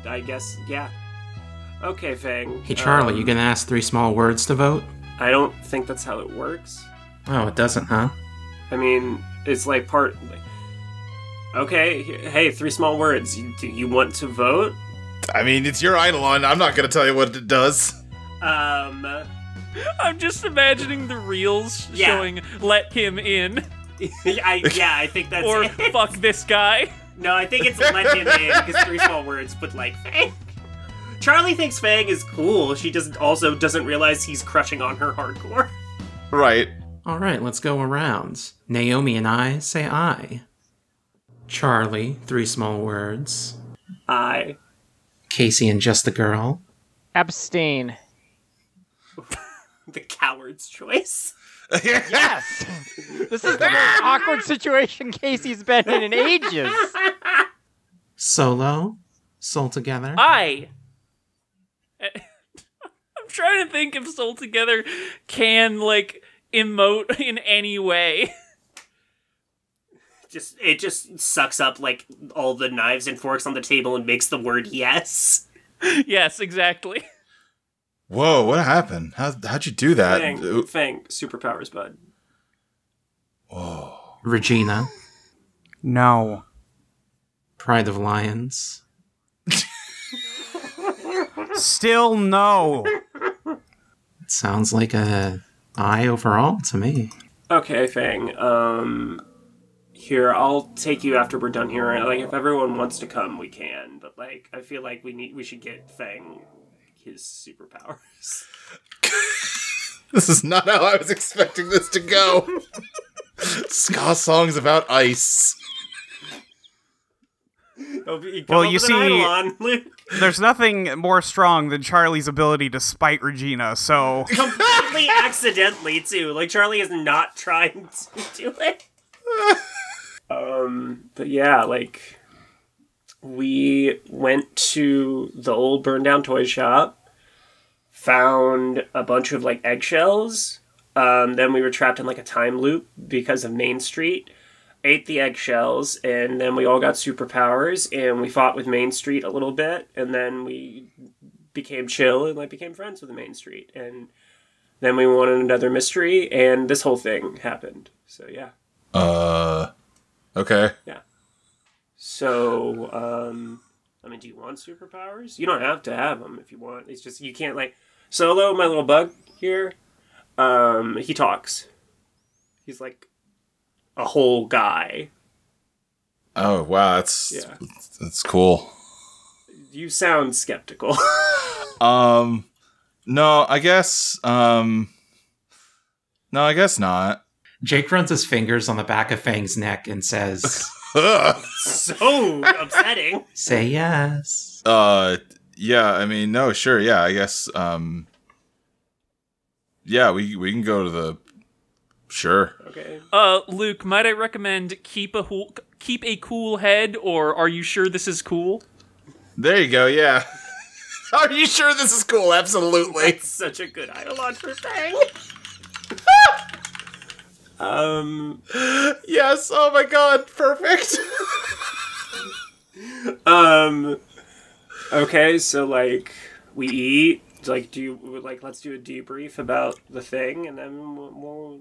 [SPEAKER 2] I guess, yeah. Okay, Fang.
[SPEAKER 5] Hey, Charlie,
[SPEAKER 2] um,
[SPEAKER 5] you gonna ask three small words to vote?
[SPEAKER 2] I don't think that's how it works.
[SPEAKER 5] Oh, it doesn't, huh?
[SPEAKER 2] I mean, it's like part. Like, okay, he- hey, three small words. You, do you want to vote?
[SPEAKER 1] I mean, it's your Eidolon. I'm not gonna tell you what it does.
[SPEAKER 2] Um,
[SPEAKER 4] I'm just imagining the reels
[SPEAKER 2] Yeah.
[SPEAKER 4] showing "Let him in"
[SPEAKER 2] I, yeah, I think that's
[SPEAKER 4] or
[SPEAKER 2] it.
[SPEAKER 4] "Fuck this guy."
[SPEAKER 2] No, I think it's let him in because three small words, but like Fang. Charlie thinks Fang is cool. She just also doesn't realize he's crushing on her hardcore.
[SPEAKER 1] Right.
[SPEAKER 5] All right, let's go around. Naomi and I say I. Charlie, three small words.
[SPEAKER 2] I.
[SPEAKER 5] Casey and just the girl.
[SPEAKER 3] Abstain.
[SPEAKER 2] The coward's choice.
[SPEAKER 3] Yes. this is the most awkward situation Casey's been in in ages.
[SPEAKER 5] Solo, soul together.
[SPEAKER 4] I. I'm trying to think if Soul Together can like emote in any way.
[SPEAKER 2] Just it just sucks up like all the knives and forks on the table and makes the word yes.
[SPEAKER 4] yes, exactly.
[SPEAKER 7] Whoa, what happened? How, how'd you do
[SPEAKER 1] Uh,
[SPEAKER 7] that?
[SPEAKER 2] Fang,
[SPEAKER 7] Ooh,
[SPEAKER 2] Fang, superpowers, bud.
[SPEAKER 5] Regina,
[SPEAKER 6] No.
[SPEAKER 5] pride of lions.
[SPEAKER 6] Still no.
[SPEAKER 5] It sounds like a I overall to me.
[SPEAKER 2] Okay, Fang. Um, here I'll take you after we're done here. Like, if everyone wants to come, we can. But like, I feel like we need we should get Fang his superpowers.
[SPEAKER 1] This is not how I was expecting this to go. Ska songs about ice.
[SPEAKER 6] Well, you see-
[SPEAKER 2] Luke.
[SPEAKER 6] There's nothing more strong than Charlie's ability to spite Regina, so
[SPEAKER 2] completely accidentally too. Like Charlie is not trying to do it. um, but yeah, like we went to the old burned down toy shop, found a bunch of like eggshells. Um, then we were trapped in like a time loop because of Main Street. Ate the eggshells, and then we all got superpowers, and we fought with Main Street a little bit, and then we became chill and like became friends with the main street and then we wanted another mystery and this whole thing happened so yeah
[SPEAKER 7] Uh, okay.
[SPEAKER 2] so um i mean do you want superpowers you don't have to have them if you want it's just you can't like solo my little bug here um he talks he's like a whole guy
[SPEAKER 7] Oh wow, that's
[SPEAKER 2] Yeah.
[SPEAKER 7] that's cool.
[SPEAKER 2] you sound skeptical
[SPEAKER 7] Um, no, I guess. Um, no, I guess not.
[SPEAKER 5] Jake runs his fingers on the back of Fang's neck and says,
[SPEAKER 7] Ugh.
[SPEAKER 2] so upsetting
[SPEAKER 5] Say yes.
[SPEAKER 7] Uh, yeah. I mean, no, sure. Yeah, I guess. Um, yeah, we we can go to the. Sure.
[SPEAKER 2] okay
[SPEAKER 4] Uh, Luke, might I recommend keep a hool- keep a cool head, or are you sure this is cool?
[SPEAKER 7] There you go. Yeah.
[SPEAKER 1] Are you sure this is cool? Absolutely.
[SPEAKER 2] It's such a good Eidolon for Fang. um,
[SPEAKER 1] Yes. Oh my god. Perfect.
[SPEAKER 2] um, okay, so like we eat. Like, do you like? Let's do a debrief about the thing, and then we'll, we'll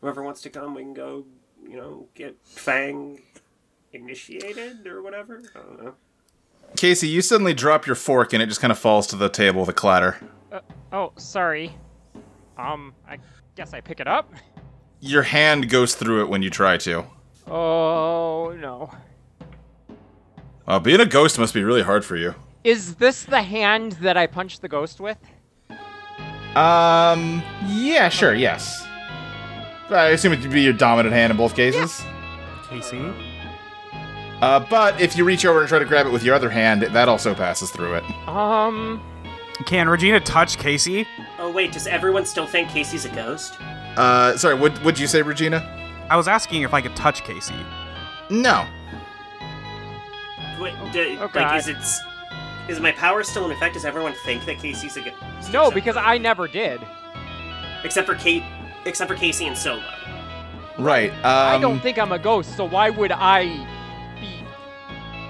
[SPEAKER 2] whoever wants to come, we can go. You know, get Fang initiated or whatever. I don't know.
[SPEAKER 7] Casey, you suddenly drop your fork and it just kind of falls to the table with a clatter.
[SPEAKER 3] Oh, sorry. Um, I guess I pick it up.
[SPEAKER 7] Your hand goes through it when you try to.
[SPEAKER 3] Oh no.
[SPEAKER 7] Wow, Uh, being a ghost must be really hard for you.
[SPEAKER 3] Is this the hand that I punched the ghost with?
[SPEAKER 1] Um. Yeah. Sure. Yes. I assume it'd be your dominant hand in both cases.
[SPEAKER 6] Casey.
[SPEAKER 1] Uh, but if you reach over and try to grab it with your other hand, that also passes through it.
[SPEAKER 3] Um,
[SPEAKER 6] Can Regina touch Casey?
[SPEAKER 2] Oh wait, does everyone still think Casey's a ghost?
[SPEAKER 1] Uh, sorry, what would you say, Regina?
[SPEAKER 6] I was asking if I could touch Casey.
[SPEAKER 1] No.
[SPEAKER 2] Wait, d-
[SPEAKER 3] Oh,
[SPEAKER 2] like
[SPEAKER 3] God.
[SPEAKER 2] is it's is my power still in effect? Does everyone think that Casey's a ghost?
[SPEAKER 3] No,
[SPEAKER 2] Except-
[SPEAKER 3] because I never did.
[SPEAKER 2] except for Kate, except for Casey and Solo.
[SPEAKER 1] Right. Um,
[SPEAKER 3] I don't think I'm a ghost, so why would I be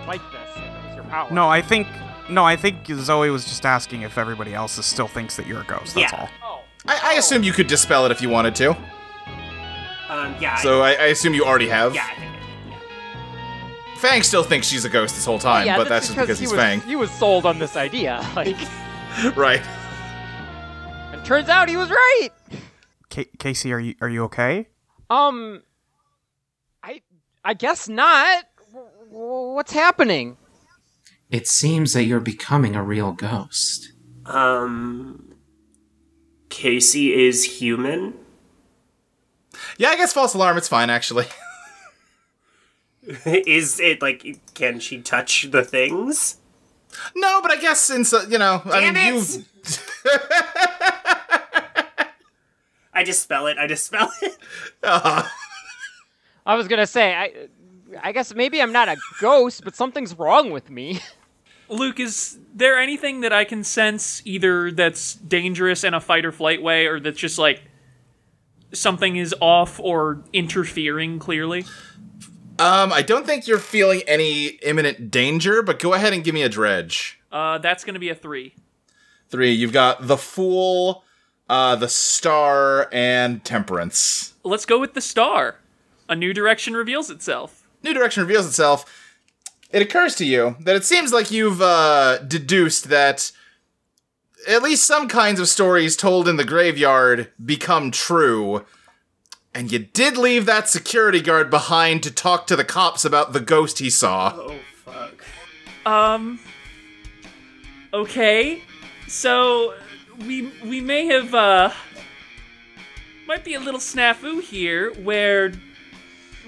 [SPEAKER 3] like this if it was your power?
[SPEAKER 6] No, I think no, I think Zoe was just asking if everybody else is still thinks that you're a ghost. That's
[SPEAKER 2] Yeah.
[SPEAKER 6] all.
[SPEAKER 3] Oh.
[SPEAKER 1] I, I assume you could dispel it if you wanted to.
[SPEAKER 2] Um, yeah.
[SPEAKER 1] So I, I assume you already
[SPEAKER 2] I,
[SPEAKER 1] have.
[SPEAKER 2] yeah, I think. I did, yeah.
[SPEAKER 1] Fang still thinks she's a ghost this whole time,
[SPEAKER 3] yeah,
[SPEAKER 1] but that's just because
[SPEAKER 3] he
[SPEAKER 1] he's
[SPEAKER 3] was,
[SPEAKER 1] Fang.
[SPEAKER 3] He was sold on this idea, like,
[SPEAKER 1] Right.
[SPEAKER 3] and turns out he was right.
[SPEAKER 6] Ca- Casey, are you are you okay?
[SPEAKER 3] Um, I I guess not. W- w- What's happening?
[SPEAKER 5] It seems that you're becoming a real ghost.
[SPEAKER 2] Um, Casey is human.
[SPEAKER 1] Yeah, I guess false alarm. It's fine actually.
[SPEAKER 2] is it like? Can she touch the things?
[SPEAKER 1] No, but I guess since uh, you know, I
[SPEAKER 2] Damn
[SPEAKER 1] mean,
[SPEAKER 2] it!
[SPEAKER 1] you
[SPEAKER 2] I just spell it. I just spell it.
[SPEAKER 3] I was gonna say I. I guess maybe I'm not a ghost, but something's wrong with me.
[SPEAKER 4] Luke, is there anything that I can sense either that's dangerous in a fight or flight way, or that's just like something is off or interfering clearly?
[SPEAKER 1] Um, I don't think you're feeling any imminent danger, but go ahead and give me a dredge.
[SPEAKER 4] Uh, that's going to be a three.
[SPEAKER 1] Three. You've got the fool, uh, the star, and temperance.
[SPEAKER 4] Let's go with the star. A new direction reveals itself.
[SPEAKER 1] New direction reveals itself. It occurs to you that it seems like you've uh, deduced that at least some kinds of stories told in the graveyard become true. And you did leave that security guard behind to talk to the cops about the ghost he saw.
[SPEAKER 2] Oh fuck.
[SPEAKER 4] Um. Okay, so we we may have uh might be a little snafu here where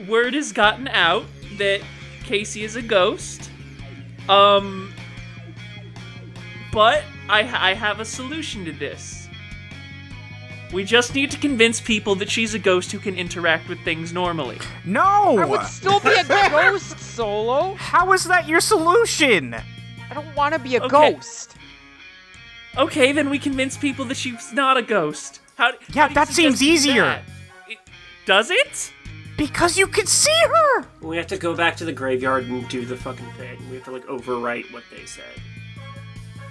[SPEAKER 4] word has gotten out that Casey is a ghost. Um. But I I have a solution to this. We just need to convince people that she's a ghost who can interact with things normally.
[SPEAKER 3] I
[SPEAKER 6] No.
[SPEAKER 3] would still be a ghost, Solo.
[SPEAKER 6] How is that your solution?
[SPEAKER 3] I don't want to be a
[SPEAKER 4] Okay.
[SPEAKER 3] ghost.
[SPEAKER 4] Okay, then we convince people that she's not a ghost. How?
[SPEAKER 6] Yeah,
[SPEAKER 4] how do you
[SPEAKER 6] that
[SPEAKER 4] suggest
[SPEAKER 6] seems
[SPEAKER 4] we do
[SPEAKER 6] easier.
[SPEAKER 4] that? It- does it?
[SPEAKER 6] Because you can see her.
[SPEAKER 2] We have to go back to the graveyard and do the fucking thing. We have to like overwrite what they said,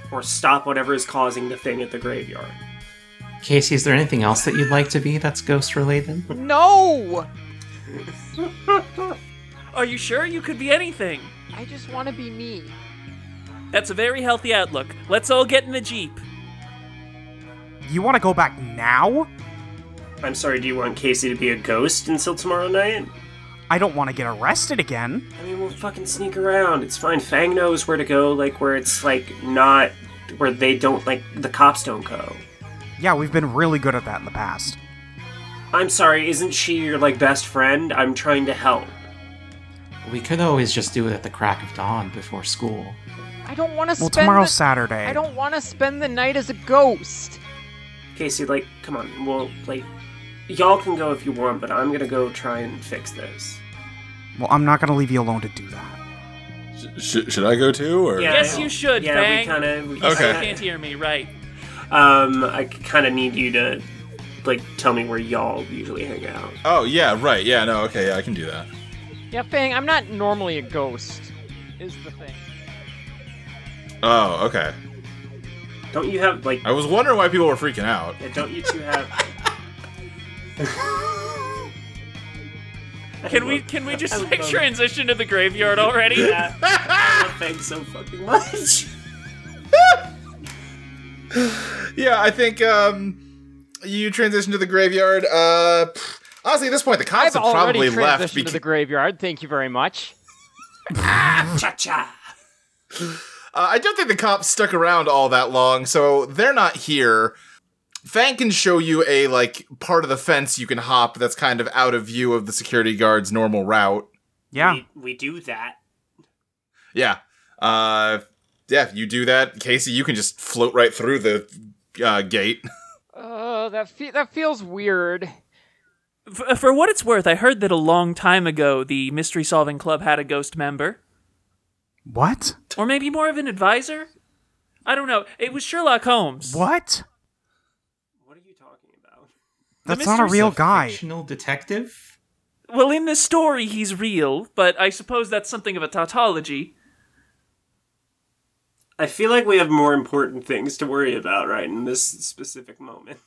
[SPEAKER 2] or stop whatever is causing the thing at the graveyard.
[SPEAKER 5] Casey, is there anything else that you'd like to be that's ghost related?
[SPEAKER 3] No,
[SPEAKER 4] Are you sure you could be anything?
[SPEAKER 3] I just want to be me.
[SPEAKER 4] That's a very healthy outlook. Let's all get in the jeep.
[SPEAKER 6] You want to go back now?
[SPEAKER 2] I'm sorry. Do you want Casey to be a ghost until tomorrow night?
[SPEAKER 6] I don't want to get arrested again.
[SPEAKER 2] I mean, we'll fucking sneak around. It's fine. Fang knows where to go, like where it's like not where they don't like the cops don't go.
[SPEAKER 6] Yeah, we've been really good at that in the past.
[SPEAKER 2] I'm sorry, isn't she your like best friend? I'm trying to help.
[SPEAKER 5] We could always just do it at the crack of dawn before school.
[SPEAKER 3] I don't want to
[SPEAKER 6] Well,
[SPEAKER 3] spend.
[SPEAKER 6] tomorrow's
[SPEAKER 3] the-
[SPEAKER 6] Saturday.
[SPEAKER 3] I don't want to spend the night as a ghost.
[SPEAKER 2] Casey, like, come on, we'll like y'all can go if you want, but I'm gonna go try and fix this.
[SPEAKER 6] Well, I'm not gonna leave you alone to do that.
[SPEAKER 7] Sh- should I go too? Or
[SPEAKER 4] Yes, you should,
[SPEAKER 2] Yeah,
[SPEAKER 4] Fang.
[SPEAKER 2] we kind of. We
[SPEAKER 7] Okay.
[SPEAKER 4] You can't hear me, right?
[SPEAKER 2] Um, I kind of need you to like tell me where y'all usually hang out.
[SPEAKER 7] Oh yeah, right. Yeah, no. Okay, yeah, I can do that.
[SPEAKER 3] Yeah, Fang, I'm not normally a ghost. Is the thing.
[SPEAKER 7] Oh, okay.
[SPEAKER 2] Don't you have like?
[SPEAKER 7] I was wondering why people were freaking out.
[SPEAKER 2] Don't you two have?
[SPEAKER 4] Can we can we just
[SPEAKER 2] would
[SPEAKER 4] like
[SPEAKER 2] love-
[SPEAKER 4] transition to the graveyard already?
[SPEAKER 2] Yeah, I love Fang so fucking much.
[SPEAKER 1] Yeah, I think um, you transition to the graveyard. Uh, pff, honestly, at this point, the cops
[SPEAKER 3] I've
[SPEAKER 1] have
[SPEAKER 3] already
[SPEAKER 1] probably
[SPEAKER 3] transitioned
[SPEAKER 1] left.
[SPEAKER 3] to
[SPEAKER 1] beca-
[SPEAKER 3] the graveyard. Thank you very much.
[SPEAKER 2] Cha cha.
[SPEAKER 1] uh, I don't think the cops stuck around all that long, so they're not here. Fang can show you a like part of the fence you can hop that's kind of out of view of the security guard's normal route.
[SPEAKER 6] Yeah.
[SPEAKER 2] We, we do that.
[SPEAKER 1] Yeah. Uh, yeah, you do that, Casey. You can just float right through the uh, gate.
[SPEAKER 3] Oh, that fe- that feels weird.
[SPEAKER 4] For, for what it's worth, I heard that a long time ago the mystery solving club had a ghost member,
[SPEAKER 6] What?
[SPEAKER 4] or maybe more of an advisor. I don't know. It was Sherlock Holmes.
[SPEAKER 6] What?
[SPEAKER 2] What are you talking about?
[SPEAKER 6] That's not a
[SPEAKER 4] mystery
[SPEAKER 6] real
[SPEAKER 5] A
[SPEAKER 6] guy.
[SPEAKER 5] Fictional detective.
[SPEAKER 4] Well, in this story, he's real, but I suppose that's something of a tautology.
[SPEAKER 2] I feel like we have more important things to worry about right in this specific moment.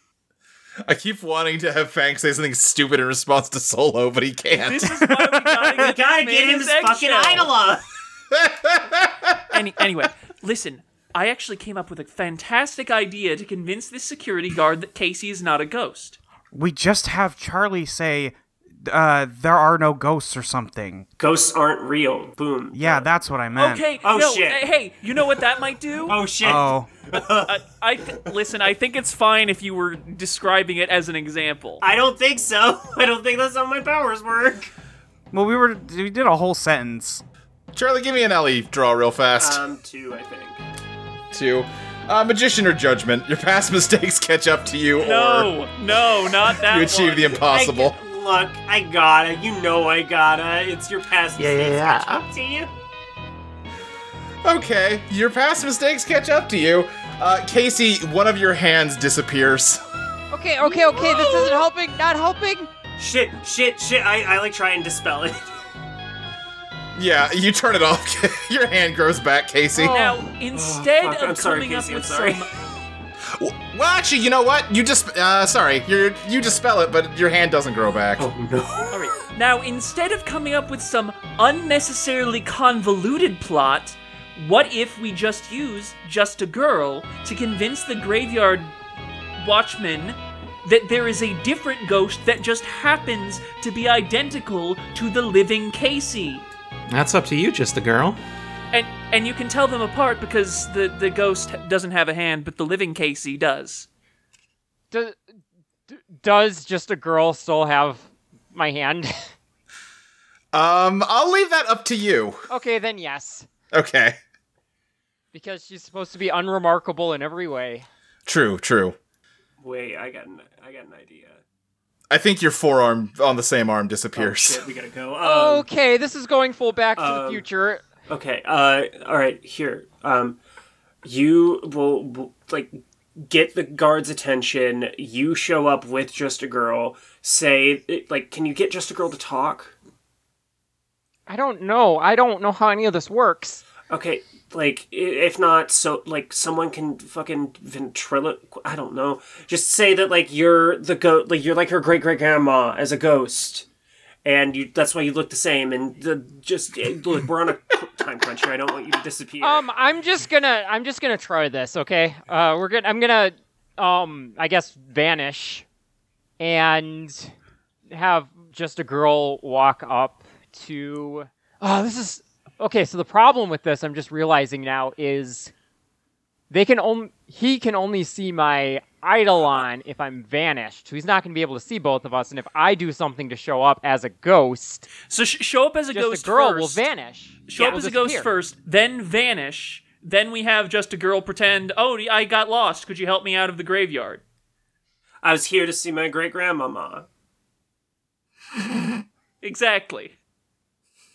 [SPEAKER 1] I keep wanting to have Fang say something stupid in response to Solo, but he can't.
[SPEAKER 4] This is why we gotta get, this
[SPEAKER 2] Gotta
[SPEAKER 4] man
[SPEAKER 2] get him his fucking
[SPEAKER 4] eggshell.
[SPEAKER 2] idol up.
[SPEAKER 4] Any, anyway, listen. I actually came up with a fantastic idea to convince this security guard that Casey is not a ghost.
[SPEAKER 6] We just have Charlie say, uh, there are no ghosts or something.
[SPEAKER 2] Ghosts aren't real. Boom.
[SPEAKER 6] Yeah, that's what I meant.
[SPEAKER 4] Okay.
[SPEAKER 2] Oh,
[SPEAKER 4] no,
[SPEAKER 2] shit.
[SPEAKER 4] eh, Hey, you know what that might do?
[SPEAKER 2] Oh shit.
[SPEAKER 6] Oh.
[SPEAKER 4] I, I th- listen. I think it's fine if you were describing it as an example.
[SPEAKER 2] I don't think so. I don't think that's how my powers work.
[SPEAKER 6] Well, we were we did a whole sentence.
[SPEAKER 1] Charlie, give me an alley draw real fast.
[SPEAKER 2] Um, two, I think.
[SPEAKER 1] Two. Uh, magician or judgment. Your past mistakes catch up to you,
[SPEAKER 4] no, no, not that.
[SPEAKER 1] or you achieve
[SPEAKER 4] one.
[SPEAKER 1] the impossible.
[SPEAKER 2] I, look, I gotta. You know I gotta. It's your past
[SPEAKER 5] Yeah, yeah,
[SPEAKER 2] mistakes
[SPEAKER 5] yeah.
[SPEAKER 2] catch up to you.
[SPEAKER 1] Okay, your past mistakes catch up to you. Uh, Casey, one of your hands disappears.
[SPEAKER 3] Okay, okay, okay. This isn't helping. Not helping.
[SPEAKER 2] Shit, shit, shit. I, I like try and dispel it.
[SPEAKER 1] Yeah, you turn it off. your hand grows back, Casey.
[SPEAKER 3] Oh.
[SPEAKER 4] Now, instead
[SPEAKER 2] fuck,
[SPEAKER 4] of
[SPEAKER 2] I'm
[SPEAKER 4] coming
[SPEAKER 2] sorry,
[SPEAKER 4] up
[SPEAKER 2] Casey, I'm
[SPEAKER 4] with
[SPEAKER 2] sorry.
[SPEAKER 4] some,
[SPEAKER 1] W- Well, actually, you know what? You just uh, sorry, you you dispel it, but your hand doesn't grow back.
[SPEAKER 4] all right. Now, instead of coming up with some unnecessarily convoluted plot, what if we just use just a girl to convince the graveyard watchman that there is a different ghost that just happens to be identical to the living Casey?
[SPEAKER 5] That's up to you, just the girl.
[SPEAKER 4] And and you can tell them apart because the the ghost doesn't have a hand, but the living Casey does.
[SPEAKER 3] Does d- does just a girl still have my hand?
[SPEAKER 1] Um, I'll leave that up to you.
[SPEAKER 3] okay, then yes,
[SPEAKER 1] Okay.
[SPEAKER 3] because she's supposed to be unremarkable in every way.
[SPEAKER 1] True. True.
[SPEAKER 2] Wait, I got an, I got an idea.
[SPEAKER 1] I think your forearm on the same arm
[SPEAKER 2] Oh,
[SPEAKER 1] disappears.
[SPEAKER 2] shit, we gotta go. Um,
[SPEAKER 3] Okay, this is going full Back to
[SPEAKER 2] um,
[SPEAKER 3] the Future.
[SPEAKER 2] Okay. Uh. All right. Here. Um. You will, will like get the guard's attention. You show up with just a girl. Say like, can you get just a girl to talk?
[SPEAKER 3] I don't know. I don't know how any of this works.
[SPEAKER 2] Okay. Like, i- if not, so like someone can fucking ventrilo. I don't know. Just say that like you're the go. Like you're like her great great grandma as a ghost. And you, that's why you look the same. And the, just eh, look, we're on a time crunch here. I don't want you to disappear.
[SPEAKER 3] Um, I'm just gonna, I'm just gonna try this. Okay, uh, we're gonna, I'm gonna, um, I guess vanish, and have just a girl walk up to. Oh, this is okay. So the problem with this, I'm just realizing now, is they can only he can only see my eidolon if I'm vanished. So he's not gonna be able to see both of us. And if I do something to show up as a ghost,
[SPEAKER 4] So sh- show up as a
[SPEAKER 3] just
[SPEAKER 4] ghost.
[SPEAKER 3] a girl
[SPEAKER 4] first.
[SPEAKER 3] will vanish.
[SPEAKER 4] Show up
[SPEAKER 3] will
[SPEAKER 4] as a ghost
[SPEAKER 3] disappear.
[SPEAKER 4] first, then vanish. Then we have just a girl pretend. Oh, I got lost. Could you help me out of the graveyard?
[SPEAKER 2] I was here to see my great grandmama.
[SPEAKER 4] Exactly.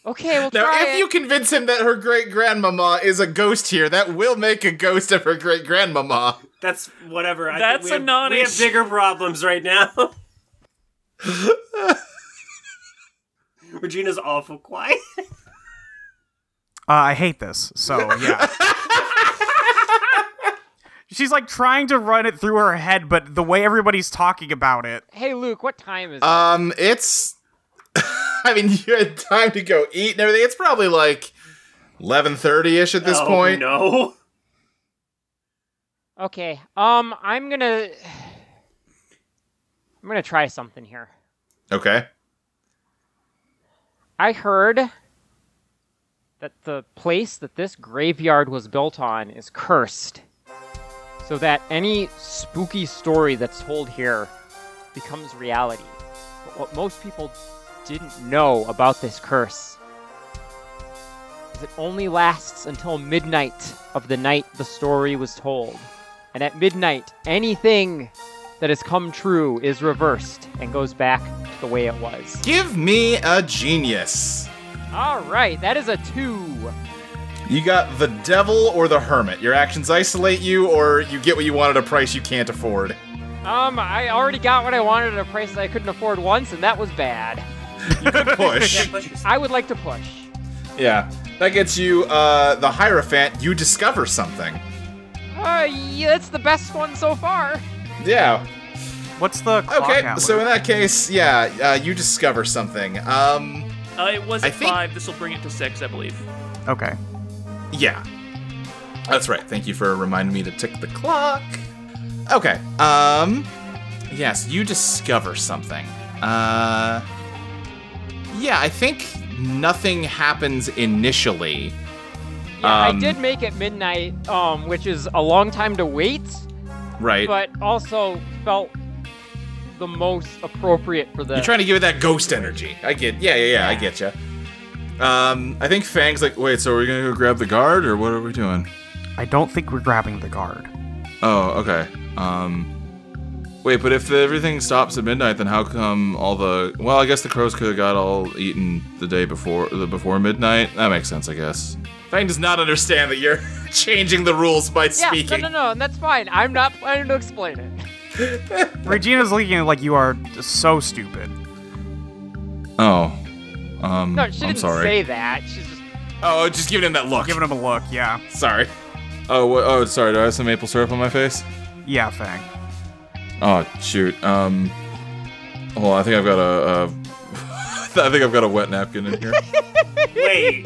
[SPEAKER 3] Okay, we'll
[SPEAKER 1] Now,
[SPEAKER 3] try
[SPEAKER 1] if
[SPEAKER 3] it.
[SPEAKER 1] you convince him that her great grandmama is a ghost here, that will make a ghost of her great grandmama.
[SPEAKER 2] That's whatever. I
[SPEAKER 4] That's
[SPEAKER 2] think we
[SPEAKER 4] a
[SPEAKER 2] have, We have
[SPEAKER 4] non-issue.
[SPEAKER 2] bigger problems right now. Regina's awful quiet.
[SPEAKER 6] Uh, I hate this. So yeah. She's like trying to run it through her head, but the way everybody's talking about it.
[SPEAKER 3] Hey Luke, what time is it?
[SPEAKER 1] Um, it's. I mean, you had time to go eat and everything. It's probably like eleven thirty ish at this
[SPEAKER 2] Oh,
[SPEAKER 1] point.
[SPEAKER 2] No.
[SPEAKER 3] Okay. Um I'm going to I'm going to try something here.
[SPEAKER 1] Okay.
[SPEAKER 3] I heard that the place that this graveyard was built on is cursed. So that any spooky story that's told here becomes reality. But what most people didn't know about this curse is it only lasts until midnight of the night the story was told. And at midnight, anything that has come true is reversed and goes back the way it was.
[SPEAKER 1] Give me a genius.
[SPEAKER 3] All right, that is a two.
[SPEAKER 1] You got the devil or the hermit. Your actions isolate you, or you get what you want at a price you can't afford.
[SPEAKER 3] Um, I already got what I wanted at a price that I couldn't afford once, and that was bad.
[SPEAKER 1] Push.
[SPEAKER 2] Yeah, push yourself.
[SPEAKER 3] I would like to push.
[SPEAKER 1] yeah. That gets you uh, the Hierophant. You discover something.
[SPEAKER 3] Uh, yeah, that's the best one so far.
[SPEAKER 1] Yeah.
[SPEAKER 6] What's the clock
[SPEAKER 1] Okay.
[SPEAKER 6] hour?
[SPEAKER 1] So in that case, yeah, uh, you discover something. Um,
[SPEAKER 4] Uh, it was
[SPEAKER 1] I
[SPEAKER 4] at
[SPEAKER 1] think-
[SPEAKER 4] five. This will bring it to six, I believe.
[SPEAKER 6] okay.
[SPEAKER 1] Yeah. That's right. Thank you for reminding me to tick the clock. Okay. Um yes, you discover something. Uh Yeah, I think nothing happens initially.
[SPEAKER 3] Yeah,
[SPEAKER 1] Um,
[SPEAKER 3] I did make it midnight, um, which is a long time to wait,
[SPEAKER 1] Right.
[SPEAKER 3] but also felt the most appropriate for the.
[SPEAKER 1] You're trying to give it that ghost energy. I get. Yeah, yeah, yeah. I get you. Um I think Fang's like, "Wait, so are we going to go grab the guard or what are we doing?"
[SPEAKER 6] I don't think we're grabbing the guard.
[SPEAKER 7] Oh, okay. Um, wait, but if everything stops at midnight, then how come all the? Well, I guess the crows could have got all eaten the day before the before midnight. That makes sense, I guess.
[SPEAKER 1] Fang does not understand that you're changing the rules by
[SPEAKER 3] yeah,
[SPEAKER 1] speaking.
[SPEAKER 3] no, no, no, and that's fine. I'm not planning to explain it.
[SPEAKER 6] Regina's looking at it like you are so stupid.
[SPEAKER 7] Oh, um,
[SPEAKER 3] No, she
[SPEAKER 7] I'm
[SPEAKER 3] didn't
[SPEAKER 7] sorry.
[SPEAKER 3] say that. She's just.
[SPEAKER 1] Oh, just giving him that look.
[SPEAKER 6] Giving him a look, yeah.
[SPEAKER 1] Sorry.
[SPEAKER 7] oh, wha- oh, sorry. Do I have some maple syrup on my face?
[SPEAKER 6] Yeah, Fang.
[SPEAKER 7] Oh, shoot. Um, well, I think I've got a. a I think I've got a wet napkin in here.
[SPEAKER 2] Wait.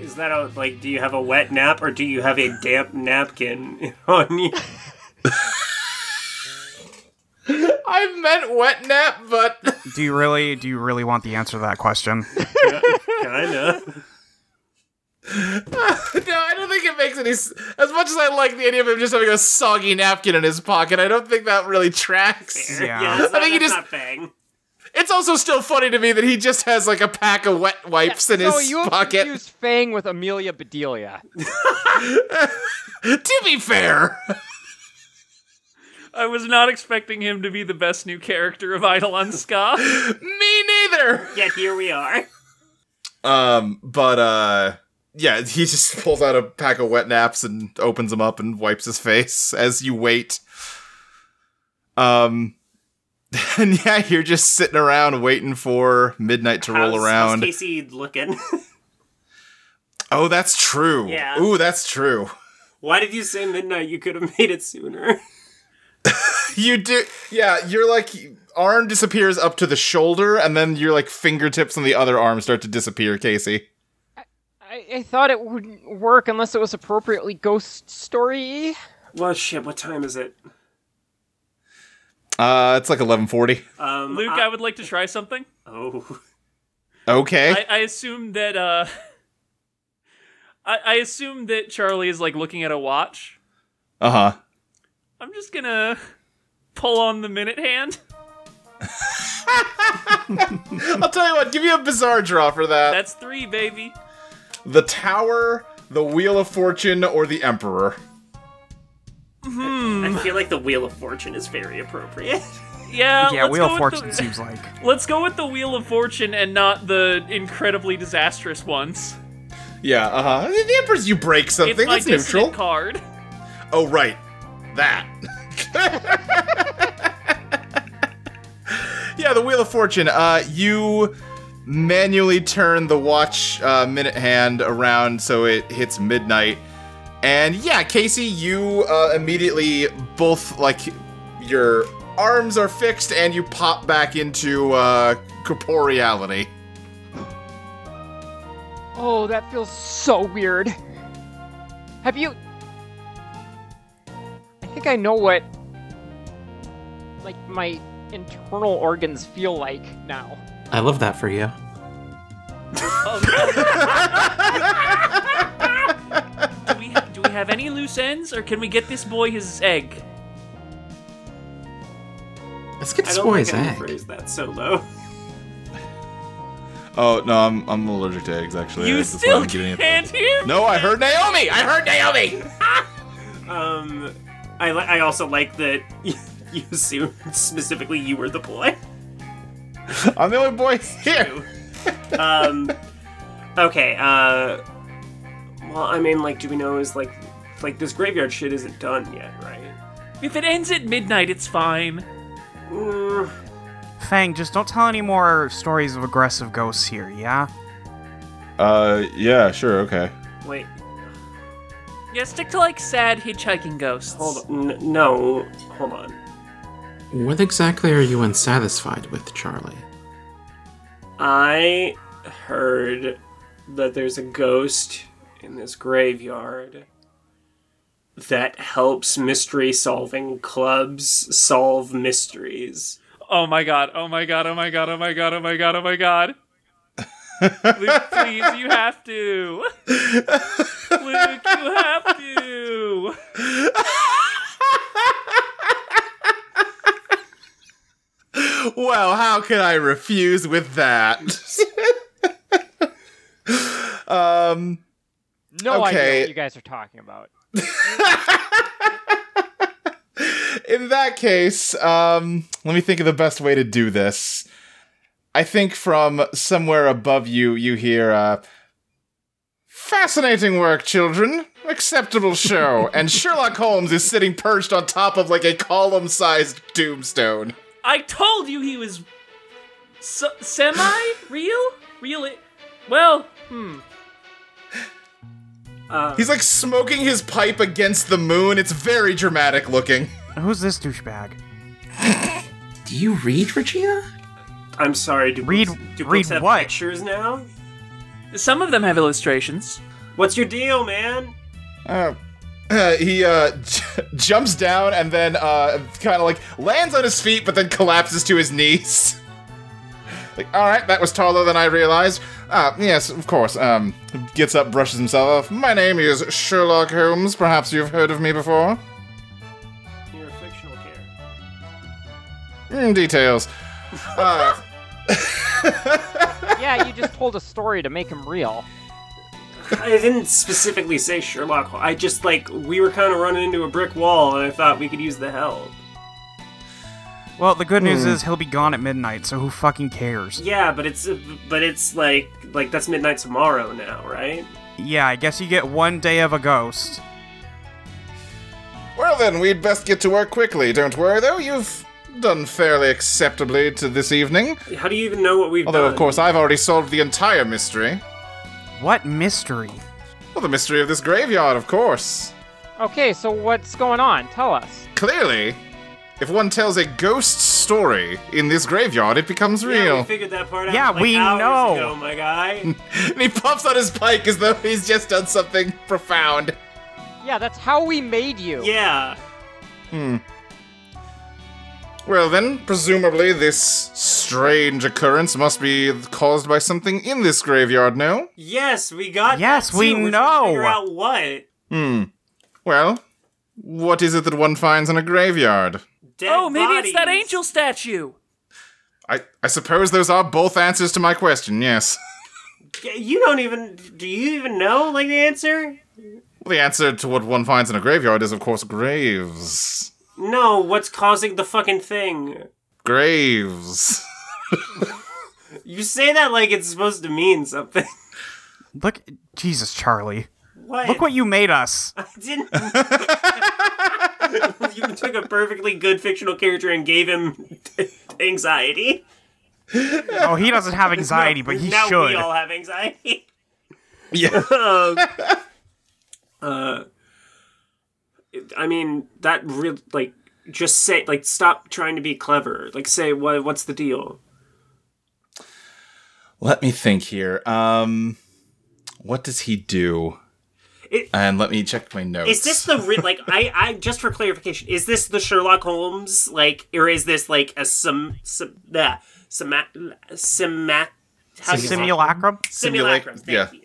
[SPEAKER 2] Is that a, like, do you have a wet nap or do you have a damp napkin on you?
[SPEAKER 1] I meant wet nap, but
[SPEAKER 6] Do you really do you really want the answer to that question?
[SPEAKER 2] Kinda.
[SPEAKER 1] no, I don't think it makes any. s- As much as I like the idea of him just having a soggy napkin in his pocket, I don't think that really tracks.
[SPEAKER 6] Yeah.
[SPEAKER 2] that's
[SPEAKER 1] I think you
[SPEAKER 2] that's
[SPEAKER 1] just-
[SPEAKER 2] not bang.
[SPEAKER 1] It's also still funny to me that he just has like a pack of wet wipes in
[SPEAKER 3] no,
[SPEAKER 1] his
[SPEAKER 3] you have
[SPEAKER 1] pocket.
[SPEAKER 3] confused Fang with Amelia Bedelia.
[SPEAKER 1] to be fair,
[SPEAKER 4] I was not expecting him to be the best new character of Idol on Ska.
[SPEAKER 1] me neither.
[SPEAKER 2] Yet here we are.
[SPEAKER 1] Um, but uh, yeah, he just pulls out a pack of wet naps and opens them up and wipes his face as you wait. Um, and yeah, you're just sitting around waiting for midnight to roll
[SPEAKER 2] How's- how's
[SPEAKER 1] around.
[SPEAKER 2] Casey looking.
[SPEAKER 1] Oh, that's true.
[SPEAKER 2] Yeah.
[SPEAKER 1] Ooh, that's true.
[SPEAKER 2] Why did you say midnight? You could have made it sooner.
[SPEAKER 1] You do. Yeah, you're like arm disappears up to the shoulder, and then your like fingertips on the other arm start to disappear. Casey.
[SPEAKER 3] I, I thought it wouldn't work unless it was appropriately ghost story.
[SPEAKER 2] Well, shit. What time is it?
[SPEAKER 1] Uh, it's like 11:40.
[SPEAKER 2] Um,
[SPEAKER 4] Luke, I would like to try something.
[SPEAKER 2] oh,
[SPEAKER 1] Okay.
[SPEAKER 4] I, I assume that uh I, I assume that Charlie is like looking at a watch.
[SPEAKER 1] Uh huh.
[SPEAKER 4] I'm just gonna pull on the minute hand.
[SPEAKER 1] I'll tell you what. Give you a bizarre draw for that.
[SPEAKER 4] That's three, baby.
[SPEAKER 1] the Tower, the Wheel of Fortune, or the Emperor.
[SPEAKER 2] I feel like the Wheel of Fortune is very appropriate.
[SPEAKER 4] Yeah,
[SPEAKER 6] yeah,
[SPEAKER 4] let's
[SPEAKER 6] Wheel
[SPEAKER 4] go
[SPEAKER 6] of
[SPEAKER 4] with
[SPEAKER 6] Fortune
[SPEAKER 4] the,
[SPEAKER 6] seems like.
[SPEAKER 4] Let's go with the Wheel of Fortune and not the incredibly disastrous ones.
[SPEAKER 1] Yeah. Uh huh. The Emperor's you break something.
[SPEAKER 4] It's my
[SPEAKER 1] that's neutral.
[SPEAKER 4] dissonant card.
[SPEAKER 1] Oh, right. That. yeah, the Wheel of Fortune. Uh, you manually turn the watch uh, minute hand around so it hits midnight. And yeah, Casey, you uh, immediately both, like, your arms are fixed and you pop back into uh, corporeality.
[SPEAKER 3] Oh, that feels so weird. Have you. I think I know what. Like, my internal organs feel like now.
[SPEAKER 5] I love that for you.
[SPEAKER 4] Do we, do we have any loose ends, or can we get this boy his egg?
[SPEAKER 5] Let's get
[SPEAKER 2] I
[SPEAKER 5] this
[SPEAKER 2] don't
[SPEAKER 5] boy's
[SPEAKER 2] think I
[SPEAKER 5] egg.
[SPEAKER 2] phrase that so low.
[SPEAKER 7] Oh no, I'm, I'm allergic to eggs. Actually,
[SPEAKER 4] You
[SPEAKER 7] Uh, That's why I'm
[SPEAKER 4] still
[SPEAKER 7] getting it.
[SPEAKER 4] can't hear.
[SPEAKER 7] No, I heard Naomi. I heard Naomi.
[SPEAKER 2] Um, I, li- I also like that you assumed specifically you were the boy.
[SPEAKER 7] I'm the only boy here.
[SPEAKER 2] Um, okay. Uh, well, I mean, like, do we know is like, like this graveyard shit isn't done yet, right?
[SPEAKER 4] If it ends at midnight, it's fine.
[SPEAKER 2] Mm,
[SPEAKER 6] Fang, just don't tell any more stories of aggressive ghosts here, yeah?
[SPEAKER 7] Uh, yeah, sure, okay.
[SPEAKER 2] wait,
[SPEAKER 4] Yeah, stick to like sad hitchhiking ghosts.
[SPEAKER 2] hold on. N- no, hold on.
[SPEAKER 5] What exactly are you unsatisfied with, Charlie?
[SPEAKER 2] I heard that there's a ghost in this graveyard that helps mystery solving clubs solve mysteries.
[SPEAKER 4] Oh my god, oh my god, oh my god, oh my god, oh my god, oh my god. Luke, please, you have to. Luke, you have to.
[SPEAKER 1] Well, how could I refuse with that? um,
[SPEAKER 3] No idea
[SPEAKER 1] Okay.
[SPEAKER 3] what you guys are talking about.
[SPEAKER 1] in that case, um, let me think of the best way to do this. I think from somewhere above you, you hear, uh, fascinating work, children. Acceptable show. and Sherlock Holmes is sitting perched on top of like a column sized tombstone.
[SPEAKER 4] I told you he was s- semi real? Real? i- Well, hmm.
[SPEAKER 2] Uh,
[SPEAKER 1] He's like smoking his pipe against the moon. It's very dramatic looking.
[SPEAKER 6] Who's this douchebag?
[SPEAKER 5] Do you read, Regina?
[SPEAKER 2] I'm sorry. Do
[SPEAKER 6] Read-
[SPEAKER 2] books, do
[SPEAKER 6] read
[SPEAKER 2] books have
[SPEAKER 6] what?
[SPEAKER 2] pictures now?
[SPEAKER 4] Some of them have illustrations.
[SPEAKER 2] What's your deal, man?
[SPEAKER 1] Uh, uh, he uh, j- jumps down and then uh, kind of like lands on his feet, but then collapses to his knees. like, all right, that was taller than I realized. Uh, yes, of course. Um, gets up, brushes himself off. My name is Sherlock Holmes. Perhaps you've heard of me before.
[SPEAKER 2] You're a fictional character.
[SPEAKER 1] Mm, details. Uh,
[SPEAKER 3] Yeah, you just told a story to make him real.
[SPEAKER 2] I didn't specifically say Sherlock. Hol- I just like we were kind of running into a brick wall, and I thought we could use the help.
[SPEAKER 6] Well, the good news is he'll be gone at midnight, so who fucking cares?
[SPEAKER 2] Yeah, but it's but it's like like that's midnight tomorrow now, right?
[SPEAKER 6] Yeah, I guess you get one day of a ghost.
[SPEAKER 1] well then, we'd best get to work quickly. Don't worry though, you've done fairly acceptably to this evening.
[SPEAKER 2] How do you even know what we've
[SPEAKER 1] Although,
[SPEAKER 2] done?
[SPEAKER 1] of course, I've already solved the entire mystery.
[SPEAKER 6] What mystery?
[SPEAKER 1] Well, the mystery of this graveyard, of course.
[SPEAKER 3] Okay, so what's going on? Tell us.
[SPEAKER 1] Clearly, if one tells a ghost story in this graveyard, it becomes
[SPEAKER 2] Yeah, we
[SPEAKER 1] real.
[SPEAKER 2] figured that part out.
[SPEAKER 6] Yeah,
[SPEAKER 2] like,
[SPEAKER 6] we
[SPEAKER 2] hours
[SPEAKER 6] know.
[SPEAKER 2] Ago, my guy.
[SPEAKER 1] and he pops on his bike as though he's just done something profound.
[SPEAKER 3] Yeah, that's how we made you.
[SPEAKER 2] yeah.
[SPEAKER 1] Well, then, presumably, this strange occurrence must be caused by something in this graveyard, no?
[SPEAKER 2] Yes, we got.
[SPEAKER 6] Yes,
[SPEAKER 2] that,
[SPEAKER 6] we
[SPEAKER 2] too. We're trying
[SPEAKER 6] know.
[SPEAKER 2] to Figure out what.
[SPEAKER 1] Hmm. Well, what is it that one finds in a graveyard?
[SPEAKER 2] Dead
[SPEAKER 4] oh, maybe it's that
[SPEAKER 2] bodies.
[SPEAKER 4] angel statue.
[SPEAKER 1] I, I suppose those are both answers to my question, yes.
[SPEAKER 2] Y- You don't even. Do you even know like the answer?
[SPEAKER 1] the answer to what one finds in a graveyard is, of course, graves.
[SPEAKER 2] No. What's causing the fucking thing?
[SPEAKER 1] Graves.
[SPEAKER 2] You say that like it's supposed to mean something.
[SPEAKER 6] Look, Jesus, Charlie.
[SPEAKER 2] What?
[SPEAKER 6] Look what you made us.
[SPEAKER 2] I didn't. you took a perfectly good fictional character and gave him anxiety.
[SPEAKER 6] Oh, he doesn't have anxiety, but he
[SPEAKER 2] now
[SPEAKER 6] should.
[SPEAKER 2] we all have anxiety.
[SPEAKER 1] yeah.
[SPEAKER 2] um, uh, I mean that real like just say like stop trying to be clever. Like say what what's the deal?
[SPEAKER 1] Let me think here. Um, what does he do?
[SPEAKER 2] It-
[SPEAKER 1] and let me check my notes.
[SPEAKER 2] Is this the re- like I I just for clarification is this the Sherlock Holmes like or is this like a some some that some sim how do you-
[SPEAKER 6] Simulacrum?
[SPEAKER 2] simulacrum? Thank
[SPEAKER 1] yeah.
[SPEAKER 2] you.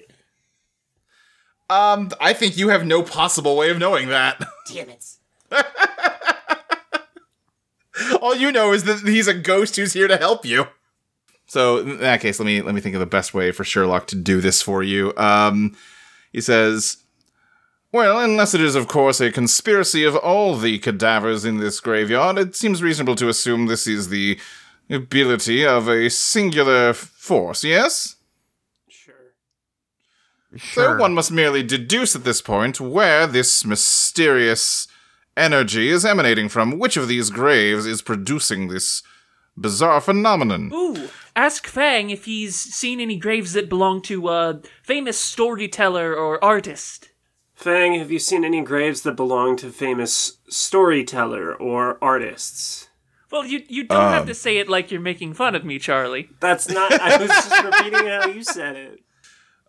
[SPEAKER 1] Um, I think you have no possible way of knowing that.
[SPEAKER 2] Damn it.
[SPEAKER 1] All you know is that he's a ghost who's here to help you. So in that case, let me let me think of the best way for Sherlock to do this for you. Um, he says, "Well, unless it is, of course, a conspiracy of all the cadavers in this graveyard, it seems reasonable to assume this is the ability of a singular force. Yes."
[SPEAKER 2] Sure.
[SPEAKER 1] So one must merely deduce at this point where this mysterious energy is emanating from. Which of these graves is producing this bizarre phenomenon?
[SPEAKER 4] Ooh, ask Fang if he's seen any graves that belong to a famous storyteller or artist.
[SPEAKER 2] Fang, have you seen any graves that belong to famous storyteller or artists?
[SPEAKER 4] Well, you you don't
[SPEAKER 1] Um.
[SPEAKER 4] have to say it like you're making fun of me, Charlie.
[SPEAKER 2] That's not. I was just repeating how you said it.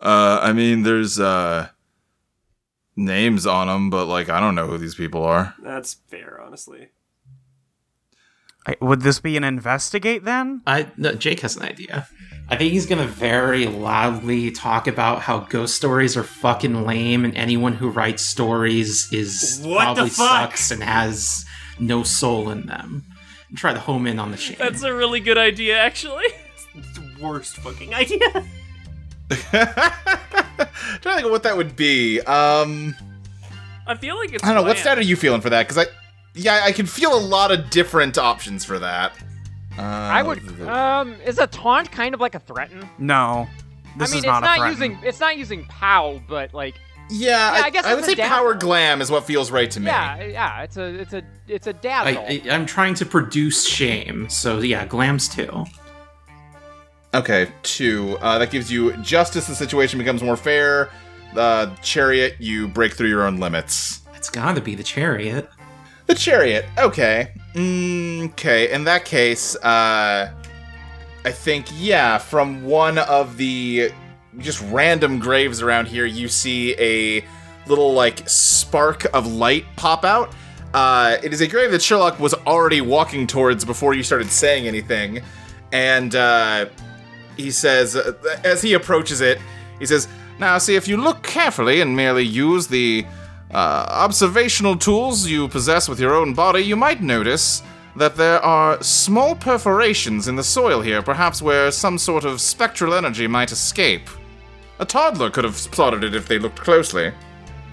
[SPEAKER 7] Uh, I mean, there's uh, names on them, but like I don't know who these people are.
[SPEAKER 2] That's fair, honestly.
[SPEAKER 6] I- Would this be an investigate then?
[SPEAKER 5] I no, Jake has an idea. I think he's gonna very loudly talk about how ghost stories are fucking lame, and anyone who writes stories is
[SPEAKER 2] What the
[SPEAKER 5] probably
[SPEAKER 2] fuck?
[SPEAKER 5] sucks and has no soul in them. And try to home in on the shame.
[SPEAKER 4] That's a really good idea, actually.
[SPEAKER 2] It's the worst fucking idea.
[SPEAKER 1] trying to think of what that would be. Um,
[SPEAKER 4] I feel like it's.
[SPEAKER 1] I don't know. What stat
[SPEAKER 4] bland.
[SPEAKER 1] are you feeling for that? Because I, yeah, I can feel a lot of different options for that. Uh,
[SPEAKER 3] I would. Um, is a taunt kind of like a threaten?
[SPEAKER 6] No. This
[SPEAKER 3] I mean,
[SPEAKER 6] is not
[SPEAKER 3] it's
[SPEAKER 6] a
[SPEAKER 3] not
[SPEAKER 6] threat.
[SPEAKER 3] using it's not using pow, but like
[SPEAKER 1] yeah,
[SPEAKER 3] yeah,
[SPEAKER 1] I,
[SPEAKER 3] I guess
[SPEAKER 1] I would
[SPEAKER 3] it's a
[SPEAKER 1] say power
[SPEAKER 3] dabble.
[SPEAKER 1] glam is what feels right to me.
[SPEAKER 3] yeah, yeah, it's a it's a it's a
[SPEAKER 5] I,
[SPEAKER 3] dazzle.
[SPEAKER 5] I, I'm trying to produce shame, so yeah, glams too.
[SPEAKER 1] Okay, two. Uh, that gives you justice. The situation becomes more fair. The chariot, you break through your own limits.
[SPEAKER 5] It's gotta be the chariot.
[SPEAKER 1] The chariot. Okay. Mm, Okay. In that case, uh, I think yeah. From one of the just random graves around here, you see a little like spark of light pop out. Uh, it is a grave that Sherlock was already walking towards before you started saying anything, and uh, he says uh, as he approaches it, he says, "Now, see if you look carefully and merely use the." uh, observational tools you possess with your own body, you might notice that there are small perforations in the soil here, perhaps where some sort of spectral energy might escape. A toddler could have spotted it if they looked closely.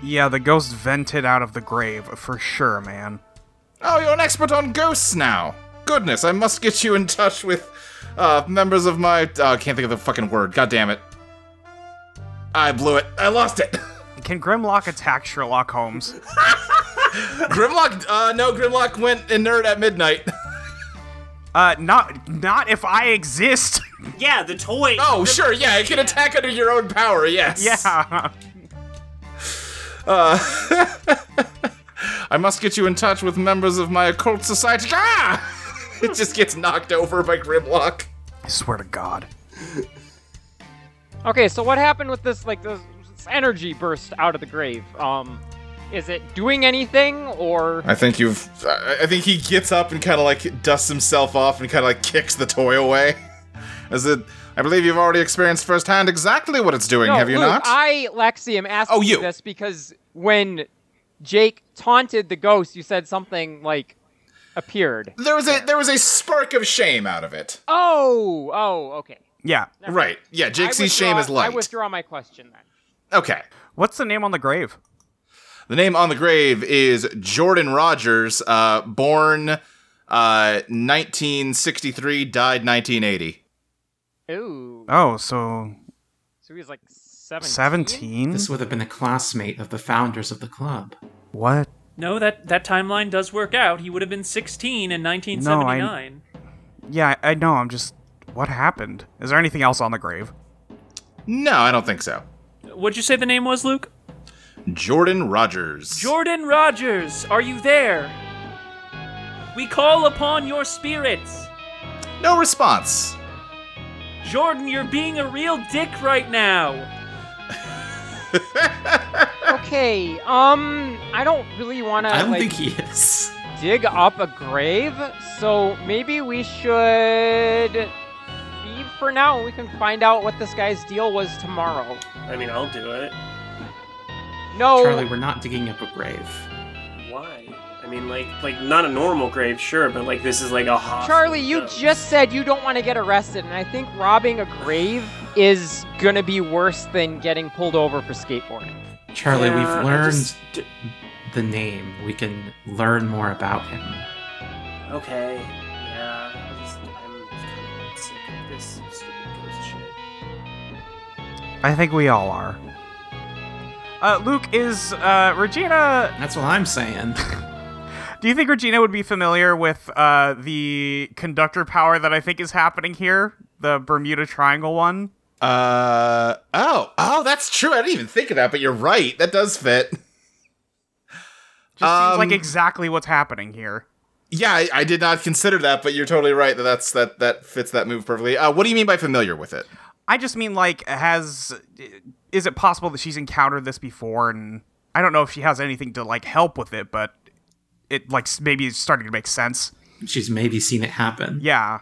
[SPEAKER 6] Yeah, the ghost vented out of the grave for sure, man.
[SPEAKER 1] Oh, you're an expert on ghosts now. Goodness, I must get you in touch with uh, members of my. Oh, I can't think of the fucking word. God damn it. I blew it. I lost it.
[SPEAKER 6] Can Grimlock attack Sherlock Holmes?
[SPEAKER 1] Grimlock. Uh, no, Grimlock went inert at midnight.
[SPEAKER 6] Uh, not not if I exist.
[SPEAKER 2] Yeah, the toy.
[SPEAKER 1] Oh, sure, yeah, it can attack under your own power, yes.
[SPEAKER 6] yeah.
[SPEAKER 1] I must get you in touch with members of my occult society. Ah! it just gets knocked over by Grimlock.
[SPEAKER 6] I swear to God.
[SPEAKER 3] Okay, so what happened with this like this, this energy burst out of the grave? Um, is it doing anything or?
[SPEAKER 1] I think you've. I I think he gets up and kind of like dusts himself off and kind of like kicks the toy away. As it. I believe you've already experienced firsthand exactly what it's doing,
[SPEAKER 3] No,
[SPEAKER 1] have you
[SPEAKER 3] Luke,
[SPEAKER 1] not?
[SPEAKER 3] I, Lexi, am asking
[SPEAKER 1] Oh, you.
[SPEAKER 3] this because when Jake taunted the ghost, you said something like appeared.
[SPEAKER 1] There was a there was a spark of shame out of it.
[SPEAKER 3] Oh, oh, okay.
[SPEAKER 6] Yeah.
[SPEAKER 1] Right. Yeah,
[SPEAKER 3] I
[SPEAKER 1] Jake sees
[SPEAKER 3] withdraw-
[SPEAKER 1] shame as
[SPEAKER 3] I
[SPEAKER 1] light.
[SPEAKER 3] withdraw my question then.
[SPEAKER 1] okay.
[SPEAKER 6] What's the name on the grave?
[SPEAKER 1] The name on the grave is Jordan Rogers, uh, born uh, 1963, died 1980.
[SPEAKER 3] Ooh,
[SPEAKER 6] Oh, so
[SPEAKER 3] so he's like seventeen.
[SPEAKER 6] seventeen.
[SPEAKER 5] This would have been a classmate of the founders of the club.
[SPEAKER 6] What?
[SPEAKER 4] No, that that timeline does work out. He would have been 16 in 1979.
[SPEAKER 6] Yeah, I, I know. I'm just. What happened? Is there anything else on the grave?
[SPEAKER 1] No, I don't think so.
[SPEAKER 4] What'd you say the name was, Luke?
[SPEAKER 1] Jordan Rogers.
[SPEAKER 4] Jordan Rogers, are you there? We call upon your spirits.
[SPEAKER 1] no response.
[SPEAKER 4] Jordan, you're being a real dick right now.
[SPEAKER 3] Okay, um, I don't really want to
[SPEAKER 5] I don't
[SPEAKER 3] like
[SPEAKER 5] think he is.
[SPEAKER 3] dig up a grave, so maybe we should leave for now. and We can find out what this guy's deal was tomorrow.
[SPEAKER 2] I mean, I'll do it.
[SPEAKER 3] No,
[SPEAKER 2] Oh.
[SPEAKER 5] Charlie, we're not digging up a grave.
[SPEAKER 2] Why? I I mean, like, like not a normal grave, sure, but like this is like a Oh. hostile
[SPEAKER 3] Charlie, you
[SPEAKER 2] ghost.
[SPEAKER 3] just said you don't want to get arrested, and I think robbing a grave is gonna be worse than getting pulled over for skateboarding.
[SPEAKER 8] Charlie,
[SPEAKER 2] Yeah, I
[SPEAKER 8] we've learned
[SPEAKER 2] just-
[SPEAKER 8] the name. We can learn more about him.
[SPEAKER 2] Okay. Yeah. I just, I'm kind of sick of this stupid ghost shit.
[SPEAKER 6] I think we all are. Uh, Luke, is uh, Regina.
[SPEAKER 8] That's what I'm saying.
[SPEAKER 6] Do you think Regina would be familiar with uh, the conductor power that I think is happening here? The Bermuda Triangle one?
[SPEAKER 9] Uh oh, oh, that's true. I didn't even think of that, but you're right. That does fit.
[SPEAKER 6] Just seems like
[SPEAKER 9] Um,
[SPEAKER 6] exactly what's happening here.
[SPEAKER 9] Yeah, I, I did not consider that, but you're totally right that that's that that fits that move perfectly. Uh, what do you mean by familiar with it?
[SPEAKER 6] I just mean like has is it possible that she's encountered this before and I don't know if she has anything to like help with it but it like s- maybe it's starting to make sense.
[SPEAKER 8] She's maybe seen it happen.
[SPEAKER 6] Yeah.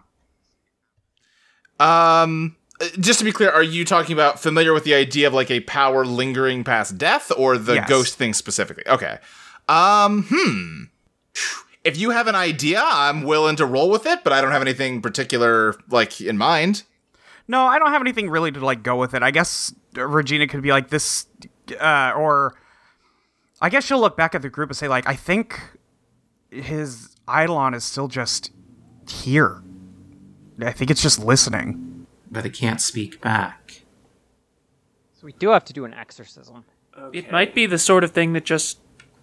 [SPEAKER 9] Um, uh, just to be clear, are you talking about familiar with the idea of like a power lingering past death, or the
[SPEAKER 6] Yes.
[SPEAKER 9] ghost thing specifically? Okay. Um, hmm. If you have an idea, I'm willing to roll with it, but I don't have anything particular like in mind.
[SPEAKER 6] No, I don't have anything really to like go with it. I guess uh, Regina could be like this uh or I guess she'll look back at the group and say like I think his Eidolon is still just here. I think it's just listening.
[SPEAKER 8] But it can't speak back.
[SPEAKER 3] So we do have to do an exorcism.
[SPEAKER 2] Okay.
[SPEAKER 4] It might be the sort of thing that just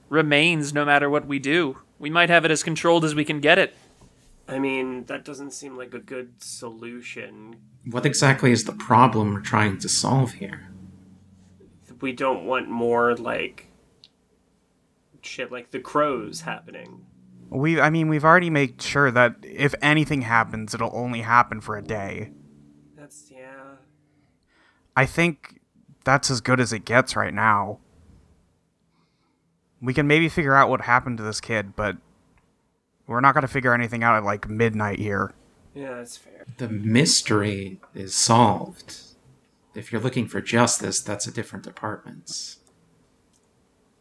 [SPEAKER 4] remains no matter what we do. We might have it as controlled as we can get it.
[SPEAKER 2] I mean, that doesn't seem like a good solution.
[SPEAKER 8] What exactly is the problem we're trying to solve here?
[SPEAKER 2] We don't want more like shit like the crows happening.
[SPEAKER 6] We I mean we've already made sure that if anything happens it'll only happen for a day.
[SPEAKER 2] That's yeah.
[SPEAKER 6] I think that's as good as it gets right now. We can maybe figure out what happened to this kid, but we're not going to figure anything out at like midnight here.
[SPEAKER 2] Yeah, that's fair.
[SPEAKER 8] The mystery is solved. If you're looking for justice, that's a different department.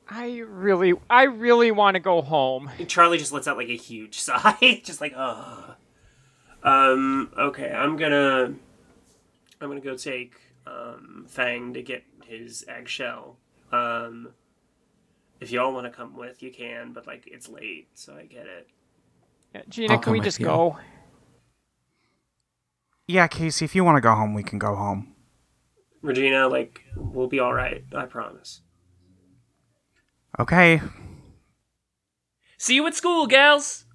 [SPEAKER 3] I really, I really want to go home.
[SPEAKER 2] Charlie just lets out like a huge sigh, just like ugh. Um. Okay, I'm gonna, I'm gonna go take um Fang to get his eggshell. Um, if y'all want to come with, you can, but like it's late, so I get it.
[SPEAKER 3] Yeah, Gina,
[SPEAKER 8] I'll
[SPEAKER 3] can
[SPEAKER 8] come
[SPEAKER 3] we
[SPEAKER 8] with
[SPEAKER 3] just
[SPEAKER 8] you.
[SPEAKER 3] go?
[SPEAKER 6] Yeah, Casey, if you want to go home, we can go home.
[SPEAKER 2] Regina, like we'll be all right. I promise.
[SPEAKER 6] Okay.
[SPEAKER 4] See you at school, gals.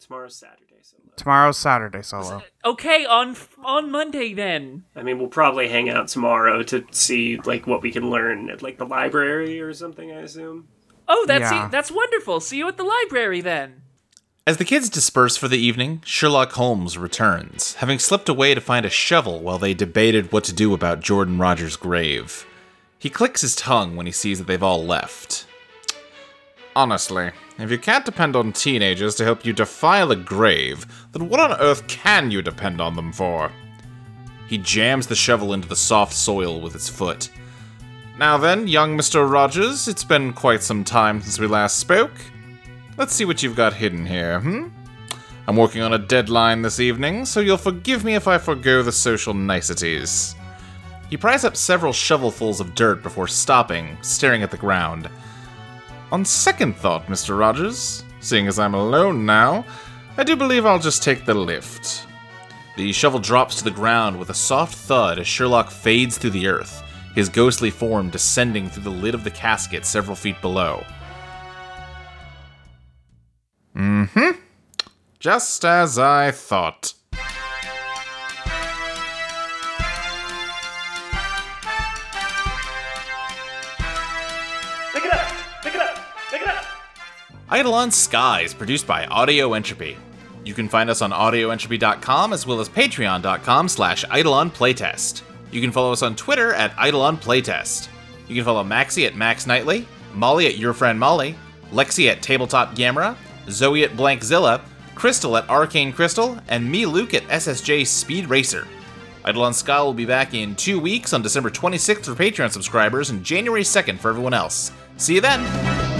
[SPEAKER 2] Tomorrow's Saturday, so uh,
[SPEAKER 6] Tomorrow's Saturday solo.
[SPEAKER 4] Okay, on on Monday then.
[SPEAKER 2] I mean, we'll probably hang out tomorrow to see like what we can learn at like the library or something. I assume.
[SPEAKER 4] Oh, that's
[SPEAKER 6] Yeah.
[SPEAKER 4] that's wonderful. See you at the library then.
[SPEAKER 1] As the kids disperse for the evening, Sherlock Holmes returns, having slipped away to find a shovel while they debated what to do about Jordan Rogers' grave. He clicks his tongue when he sees that they've all left. Honestly, if you can't depend on teenagers to help you defile a grave, then what on earth can you depend on them for? He jams the shovel into the soft soil with his foot. Now then, young Mr. Rogers, it's been quite some time since we last spoke. Let's see what you've got hidden here, hmm? I'm working on a deadline this evening, so you'll forgive me if I forgo the social niceties. He pries up several shovelfuls of dirt before stopping, staring at the ground. On second thought, Mr. Rogers, seeing as I'm alone now, I do believe I'll just take the lift. The shovel drops to the ground with a soft thud as Sherlock fades through the earth, his ghostly form descending through the lid of the casket several feet below. Just as I thought.
[SPEAKER 2] Pick it up! Pick it up! Pick it up!
[SPEAKER 1] Eidolon Sky is produced by Audio Entropy. You can find us on audioentropy.com as well as patreon.com slash Eidolon Playtest. You can follow us on Twitter at Eidolon Playtest. You can follow Maxie at Max Knightley, Molly at Your Friend Molly, Lexi at Tabletop Gamera, Zoe at Blankzilla, Crystal at Arcane Crystal, and me, Luke, at SSJ Speed Racer. Eidolon Sky will be back in two weeks on December 26th for Patreon subscribers and January 2nd for everyone else. See you then!